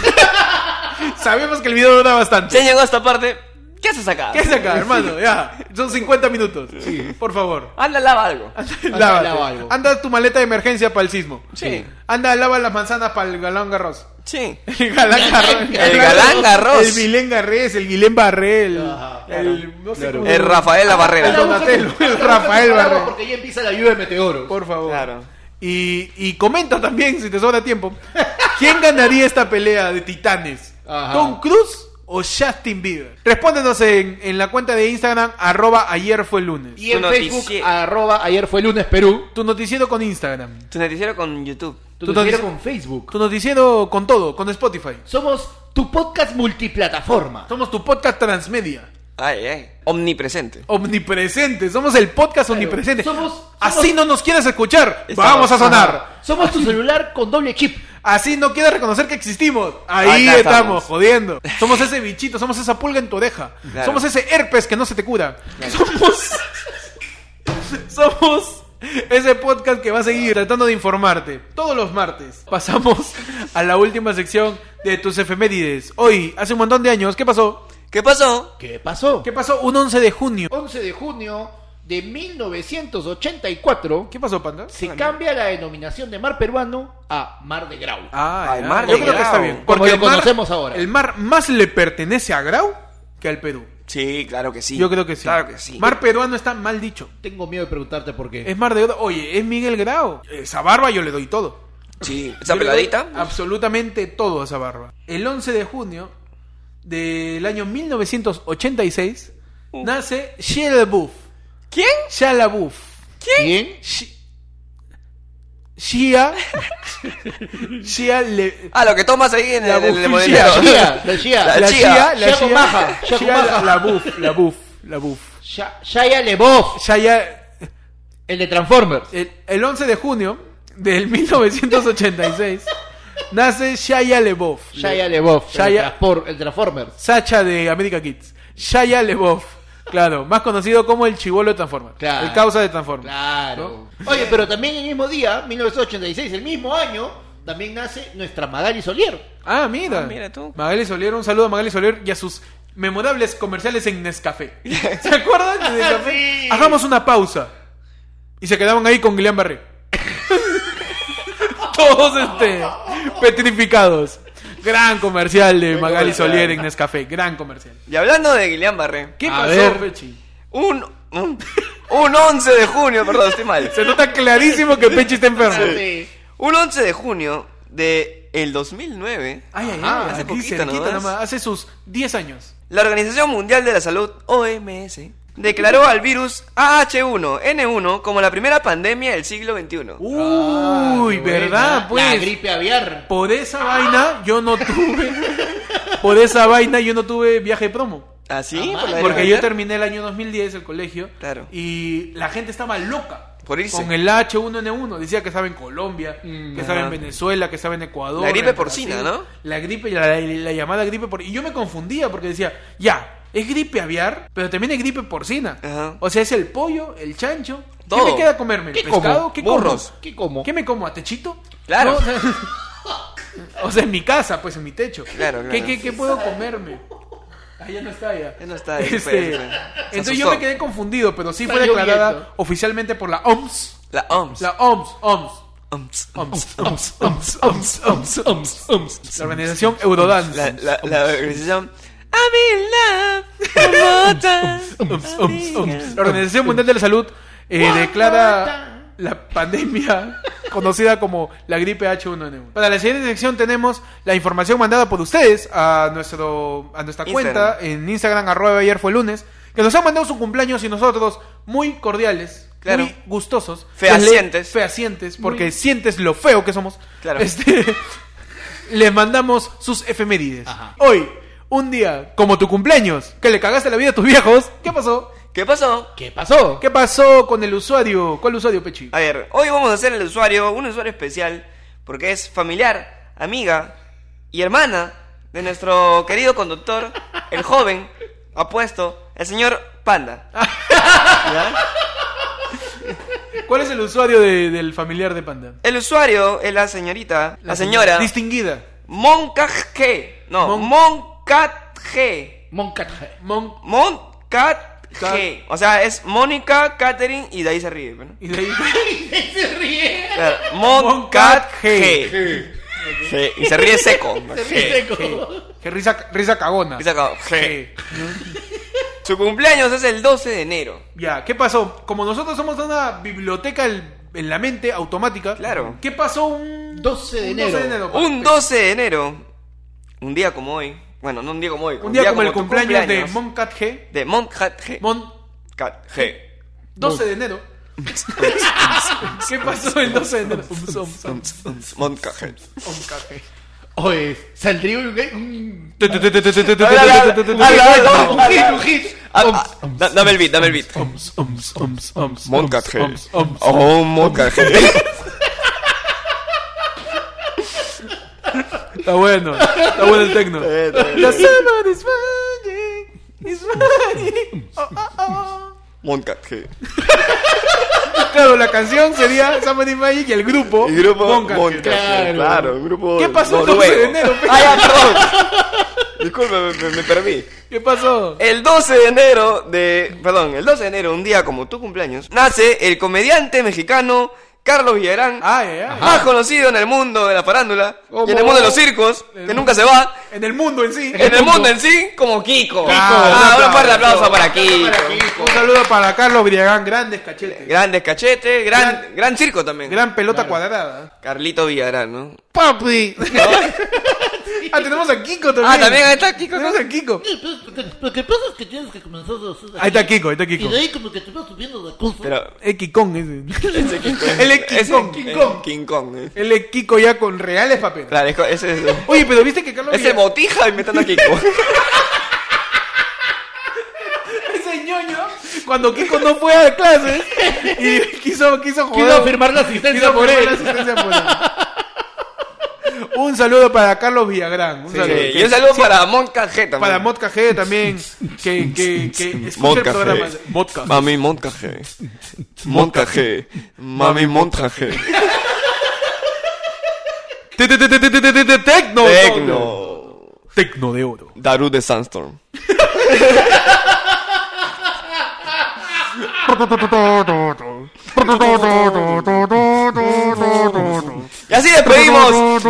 S1: Sabemos que el video dura bastante.
S2: Se llegó a esta parte. ¿Qué haces acá?
S1: ¿Qué es acá, hermano? Ya, son 50 minutos. Por favor.
S2: Anda, lava algo.
S1: Lávate.
S3: lava algo.
S1: Anda tu maleta de emergencia para el sismo.
S2: Sí.
S1: Anda, lava las manzanas para el galán Garros.
S2: Sí.
S1: El galán Garros.
S2: El Galán Garros.
S1: El Milén Garrés, el Guilén Barré, el,
S3: Ajá,
S1: el- no sé cómo-
S2: El Eh, Rafael La
S1: El
S2: Barrera.
S1: Donatello, el Rafael Barrera.
S3: Porque ya empieza la lluvia de meteoros.
S1: Por favor.
S2: Claro.
S1: Y, y comenta también, si te sobra tiempo, ¿quién ganaría esta pelea de titanes?
S3: Ajá.
S1: ¿Tom Cruise o Justin Bieber? Respóndenos en, en la cuenta de Instagram, arroba ayer fue lunes.
S3: Y en
S2: Tu
S3: Facebook,
S2: noticiero.
S3: arroba, ayer fue lunes Perú.
S1: Tu noticiero con Instagram.
S2: Tu noticiero con YouTube.
S3: Tu
S1: Tu
S3: noticiero
S1: notici-
S3: con Facebook.
S1: Tu noticiero con todo, con Spotify.
S3: Somos tu podcast multiplataforma.
S1: Somos tu podcast transmedia.
S2: Ay, ay. Omnipresente.
S1: Omnipresente. Somos el podcast omnipresente.
S3: Somos- somos-
S1: Así no nos quieres escuchar.
S2: Estamos-
S1: Vamos a sonar.
S3: Somos tu celular con doble chip.
S1: Así no quieres reconocer que existimos. Ahí
S2: Acá
S1: estamos,
S2: estamos.
S1: jodiendo. Somos ese bichito, somos esa pulga en tu oreja.
S2: Claro.
S1: Somos ese herpes que no se te cura. Somos. somos. Ese podcast que va a seguir tratando de informarte todos los martes. Pasamos a la última sección de tus efemérides. Hoy, hace un montón de años, ¿qué pasó?
S2: ¿Qué pasó?
S3: ¿Qué pasó?
S1: ¿Qué pasó un 11 de junio?
S3: 11 de junio de 1984
S1: ¿Qué pasó, Panda?
S3: se cambia la denominación de mar peruano a mar de Grau.
S1: Ah,
S2: Al
S1: ya.
S2: mar
S1: Yo
S2: de
S1: creo que
S2: Grau.
S1: está bien.
S2: Como
S3: lo
S1: el mar-
S3: conocemos ahora.
S1: El mar más le pertenece a Grau que al Perú.
S2: Sí, claro que sí.
S1: Yo creo que sí.
S2: Claro que sí.
S1: Mar peruano está mal dicho.
S3: Tengo miedo de preguntarte por qué.
S1: Es mar de oro. Oye, es Miguel Grau. Esa barba yo le doy todo.
S2: Sí. Esa
S1: Yo le
S2: peladita.
S1: doy Absolutamente todo a esa barba. El 11 de junio del año 1986 nace Shia LaBeouf.
S2: Uh. ¿Quién?
S1: Shia LaBeouf.
S3: ¿Quién?
S1: Shi- Shia. Shia Le-
S2: Ah, lo que tomas ahí en
S1: La
S2: el, en el
S1: bufilla.
S2: modelito.
S3: La Shia, la Shia.
S2: La
S1: La Shia.
S2: Shia.
S1: La
S3: Shia con baja, Shia
S1: Shia.
S3: con
S1: Shia
S3: baja.
S1: LaBeouf. LaBeouf. LaBeouf.
S3: Sha- Shia LeBoff,
S1: Shia.
S3: el de Transformers.
S1: El, el 11 de junio del 1986 nace Shia LeBoff.
S3: Shia LeBoff, El,
S1: Shia-
S3: transpor- el Transformers.
S1: Sacha de America Kids. Shia LeBoff. Claro, más conocido como el chivolo de Transformers.
S3: Claro.
S1: El causa de Transformers.
S3: Claro. Oye, pero también el mismo día, 1986, el mismo año, también nace nuestra Magali Solier.
S1: Ah, mira.
S2: Ah, mira tú.
S1: Magali Solier, un saludo a Magali Solier y a sus memorables comerciales en Nescafé. ¿Se acuerdan de Nescafé?
S3: Sí.
S1: Hagamos una pausa. Y se quedaban ahí con Guillain Barré. Todos este, petrificados. Gran comercial de Magali
S2: comercial.
S1: Solier en Nescafé. Gran comercial.
S2: Y hablando de Guillain Barré.
S1: ¿Qué
S3: A
S1: pasó,
S3: ver.
S1: Pechi?
S2: Un, un, un 11 de junio, perdón, estoy mal.
S1: Se nota clarísimo que Pechi está enfermo.
S3: Sí.
S2: Un 11 de junio de el 2009,
S1: Ay, ay, ay,
S3: Ah,
S1: hace
S2: hace
S1: aquí
S2: poquito
S1: cerquita
S2: nomás.
S1: nomás, hace sus 10 años.
S2: la Organización Mundial de la Salud, OMS, declaró al virus AH1N1 como la primera pandemia del siglo XXI.
S1: Uy,
S3: Ah, Buena,
S1: ¿verdad?
S3: La
S1: Pues
S3: gripe aviar.
S1: por esa vaina yo no tuve por esa vaina yo no tuve viaje de promo.
S2: ¿Ah, sí?
S3: Ah,
S2: ¿Por la de
S1: Porque yo
S2: Navidad?
S1: terminé el año 2010 el colegio
S2: Claro.
S1: y la gente estaba loca
S2: Por irse.
S1: con el H1N1. Decía que estaba en Colombia,
S3: Mm.
S1: que estaba en
S2: Ajá.
S1: Venezuela, que estaba en Ecuador.
S2: La gripe
S1: en Brasil.
S2: porcina, ¿no?
S1: La gripe, la, la llamada gripe porcina. Y yo me confundía porque decía, ya, es gripe aviar, pero también es gripe porcina.
S2: Ajá.
S1: O sea, es el pollo, el chancho. ¿Qué
S2: Todo.
S1: me queda comerme? ¿El
S3: ¿Qué
S1: pescado?
S3: como?
S1: ¿Qué
S2: Burros.
S1: como?
S3: ¿Qué como?
S1: ¿Qué me como? ¿A techito?
S2: Claro.
S1: ¿No? O sea, o sea, en mi casa, pues en mi techo.
S2: Claro, claro.
S1: ¿Qué, qué, qué puedo comerme? Ah, ya no está ya.
S2: Ya no está, ya
S1: Este,
S2: fue, ya fue. Se
S1: entonces
S2: asustó.
S1: yo me quedé confundido, pero sí
S3: Está
S1: fue declarada
S3: lloviendo.
S1: oficialmente por la OMS.
S2: La OMS.
S1: La OMS, OMS,
S2: OMS.
S1: OMS,
S3: Oms, oms, oms, oms, oms, oms.
S1: la organización Eurodance.
S2: La, la, la organización... I'm in love. Bogotá,
S1: OMS, OMS, OMS. La
S2: amiga.
S1: Organización Mundial de la Salud eh,
S3: Guarda.
S1: declara la pandemia conocida como la gripe H1N1. Para la siguiente sección tenemos la información mandada por ustedes a nuestro a nuestra
S2: Instagram.
S1: cuenta en Instagram arroba ayer fue lunes que nos han mandado su cumpleaños y nosotros muy cordiales,
S2: Claro.
S1: muy gustosos,
S2: Fehacientes.
S1: les- fehacientes porque sientes lo feo que somos.
S2: Claro.
S1: Este, les mandamos sus efemérides.
S3: Ajá.
S1: Hoy, un día como tu cumpleaños, que le cagaste la vida a tus viejos, ¿qué pasó?
S2: ¿Qué pasó?
S3: ¿Qué pasó?
S1: ¿Qué pasó con el usuario? ¿Cuál usuario, Pechi?
S2: A ver, hoy vamos a hacer el usuario, un usuario especial, porque es familiar, amiga y hermana de nuestro querido conductor, el joven, apuesto, el señor Panda. ¿Ya?
S1: ¿Cuál es el usuario de- del familiar de Panda?
S2: El usuario es la señorita, la, señora,
S1: Distinguida.
S2: Moncatge. No,
S1: Mon-
S2: Moncatge.
S3: Moncat.
S1: Mon-
S2: Moncatge. O sea, es Mónica, Catherine y de ahí se ríe. ¿no?
S1: y de ahí-
S3: Se ríe.
S2: Claro,
S1: Moncatge.
S2: Moncatge. Sí, y se ríe seco.
S3: Se ríe seco.
S1: que risa, risa cagona.
S2: Y se acabó.
S1: Eh,
S2: Su cumpleaños es el 12 de enero.
S1: Ya, ¿qué pasó? Como nosotros somos una biblioteca el- en la mente automática.
S2: Claro.
S1: ¿Qué pasó un
S3: 12 de
S1: un
S3: enero?
S1: pa-
S2: Un 12 de enero. Un día como hoy. Bueno, no un día como hoy.
S1: un día como el
S2: tu
S1: cumpleaños, de
S2: cumpleaños.
S1: Moncatge.
S2: de Moncatge.
S1: Mon-
S2: Moncatge.
S1: 12 de enero. ¿Qué pasó el 12 de enero? Ums, ums, ums,
S2: Moncatge.
S1: Moncatge.
S3: Oye, saldría un... un-
S2: Ala,
S3: un hit, un hit.
S2: Ah,
S3: Oms,
S2: ah, da- Dame el beat, dame el beat.
S1: um,
S2: Moncatge. Oh, Moncatge.
S1: Está bueno, está bueno el tecno.
S2: bien, está
S1: The summer is magic, is magic. Oh, oh, oh.
S2: Moncatge.
S1: Claro, la canción sería Summer is Magic y el grupo.
S2: El grupo
S1: Moncatge.
S2: Moncatge.
S3: Claro.
S2: Claro, un grupo.
S1: ¿Qué pasó el 12
S2: noruego.
S1: de enero, pe?
S2: Ah, ya, perdón. Disculpe, me, me- me perdí.
S1: ¿Qué pasó?
S2: El 12 de enero de. Perdón, el 12 de enero, un día como tu cumpleaños, nace el comediante mexicano Carlos Villarán,
S1: Ay, ay, ay.
S2: más conocido en el mundo de la farándula
S3: Como-
S2: y en el mundo de los circos,
S1: El-
S2: que nunca se va,
S1: En el mundo en sí.
S2: en el mundo en sí, como Kiko.
S1: un
S2: Ah, un fuerte
S1: aplauso.
S2: aplauso para Kiko.
S3: para Kiko.
S1: Un saludo para Carlos Briagán, grandes cachetes. Gran,
S2: Grandes cachetes, gran, gran circo también.
S1: pelota cuadrada.
S2: Carlito Villarán, ¿no?
S1: ¡Papi! ah, tenemos a Kiko también.
S2: Ah, también ahí está Kiko. ¿no?
S1: Tenemos a Kiko.
S4: pues, Lo que pasa es que tienes que comenzar a hacer
S1: Ahí está Kiko, ahí está
S4: Y
S1: Kiko.
S4: de ahí como que te vas subiendo la cosa.
S2: Pero.
S1: Es Kikón ese.
S2: Ese Kiko.
S1: Él es King
S2: ese-
S1: Kong, King
S2: eh,
S1: Kong.
S2: King Kong, eh.
S1: Él es Kiko ya con reales papeles.
S2: Claro, es- ese es.
S1: Oye, pero viste que Carlos
S2: Ese
S1: Villarán-
S2: botija inventando a Kiko.
S1: ese ñoño, cuando Kiko no fue a clases y quiso, quiso joder.
S3: Quiero firmar la asistencia
S1: quiso
S3: por
S1: firmar la
S3: él.
S1: asistencia por él. Un saludo para Carlos Villagrán. Un
S2: Sí,
S1: saludo.
S2: y un saludo para Moncatge también.
S1: Para Modca G también, que, que, que escucha
S2: Modca
S1: el programa.
S2: G.
S1: Modca.
S2: Mami Montaje. Montaje. Mami Montaje.
S1: Te- te- te- te- te- te- te- te- Tecno.
S2: Tecno.
S1: Tecno de oro.
S2: Daru de Sandstorm. Y así despedimos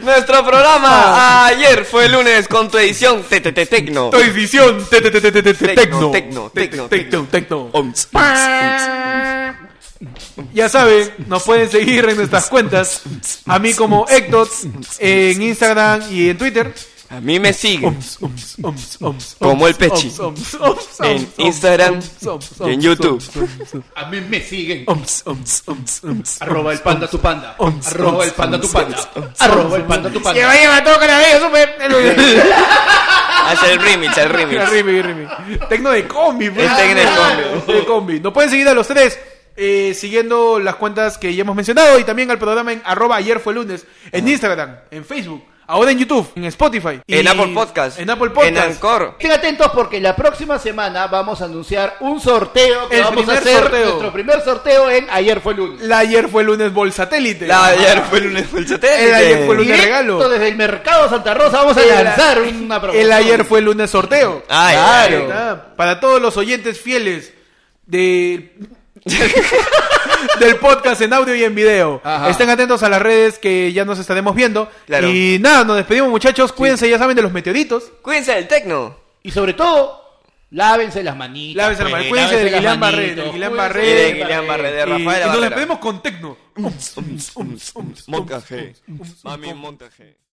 S2: nuestro
S1: Ah.
S2: programa. Ayer fue el lunes con tu edición TTT Tecno.
S1: Tu edición. te- te- te- te- te- te- Tecno.
S2: Tecno, tecno, tecno,
S1: Tecno. Tecno.
S2: Oms, oms, oms.
S1: Ya saben, nos pueden seguir en nuestras cuentas. A mí como Ectot en Instagram y en Twitter.
S2: A mí me sigue
S1: Oms, oms, oms, oms,
S2: Como el
S1: oms,
S2: Pechi.
S1: oms, oms, oms,
S2: En
S1: oms,
S2: Instagram
S1: oms, oms,
S2: y en
S1: oms,
S2: YouTube.
S1: oms, oms, oms.
S3: A mí me siguen.
S1: Oms, oms, oms, oms,
S3: Arroba el panda tu panda.
S1: Oms,
S3: Arroba
S1: oms,
S3: el panda tu
S1: oms,
S3: panda.
S1: oms, oms,
S3: Arroba el panda tu
S1: Que
S3: panda.
S1: vaya a todo con la bella, súper.
S2: Hace Ah, el remix, el
S1: Mira,
S2: remix.
S1: Rimi, Rimi. Tecno de combi, pues.
S2: El tecno de
S1: combi. Nos pueden seguir a los tres. eh, siguiendo las cuentas que ya hemos mencionado y también al programa en arroba ayer fue lunes, en Instagram, en Facebook, ahora en YouTube, en Spotify, y
S2: Ah. En Apple Podcast.
S1: en Apple Podcast,
S2: En Anchor.
S3: Estén atentos porque la próxima semana vamos a anunciar un sorteo que
S1: El
S3: vamos a
S1: primer
S3: hacer
S1: sorteo.
S3: nuestro primer sorteo en ayer fue lunes.
S1: la ayer fue lunes bolsatélite,
S2: La, ayer fue el lunes fue el satélite.
S1: El ayer fue el lunes
S3: Directo
S1: regalo,
S3: desde el mercado Santa Rosa vamos a
S1: El-
S3: lanzar una promoción.
S1: el ayer fue lunes sorteo,
S2: Ay,
S1: Ahí
S2: claro.
S1: está. para todos los oyentes fieles de del podcast en audio y en video.
S3: Ajá.
S1: Estén atentos a las redes que ya nos estaremos viendo.
S2: Claro.
S1: Y nada, nos despedimos muchachos. Cuídense, ya saben, de los meteoritos.
S2: Cuídense del tecno.
S3: Y sobre todo, lávense las manitas.
S1: Lávense las
S3: pues,
S1: manos. Cuídense del
S3: las
S1: Guillain Barré,
S3: manitos,
S1: del Guillain
S3: cuídense
S1: Barré.
S2: Y
S1: Eh,
S2: de
S3: del
S2: Guillain
S1: Y,
S2: Barré, de
S1: y
S2: Rafael
S1: nos
S2: Barrera.
S1: despedimos con Tecno.
S2: Montaje. Mami, montaje.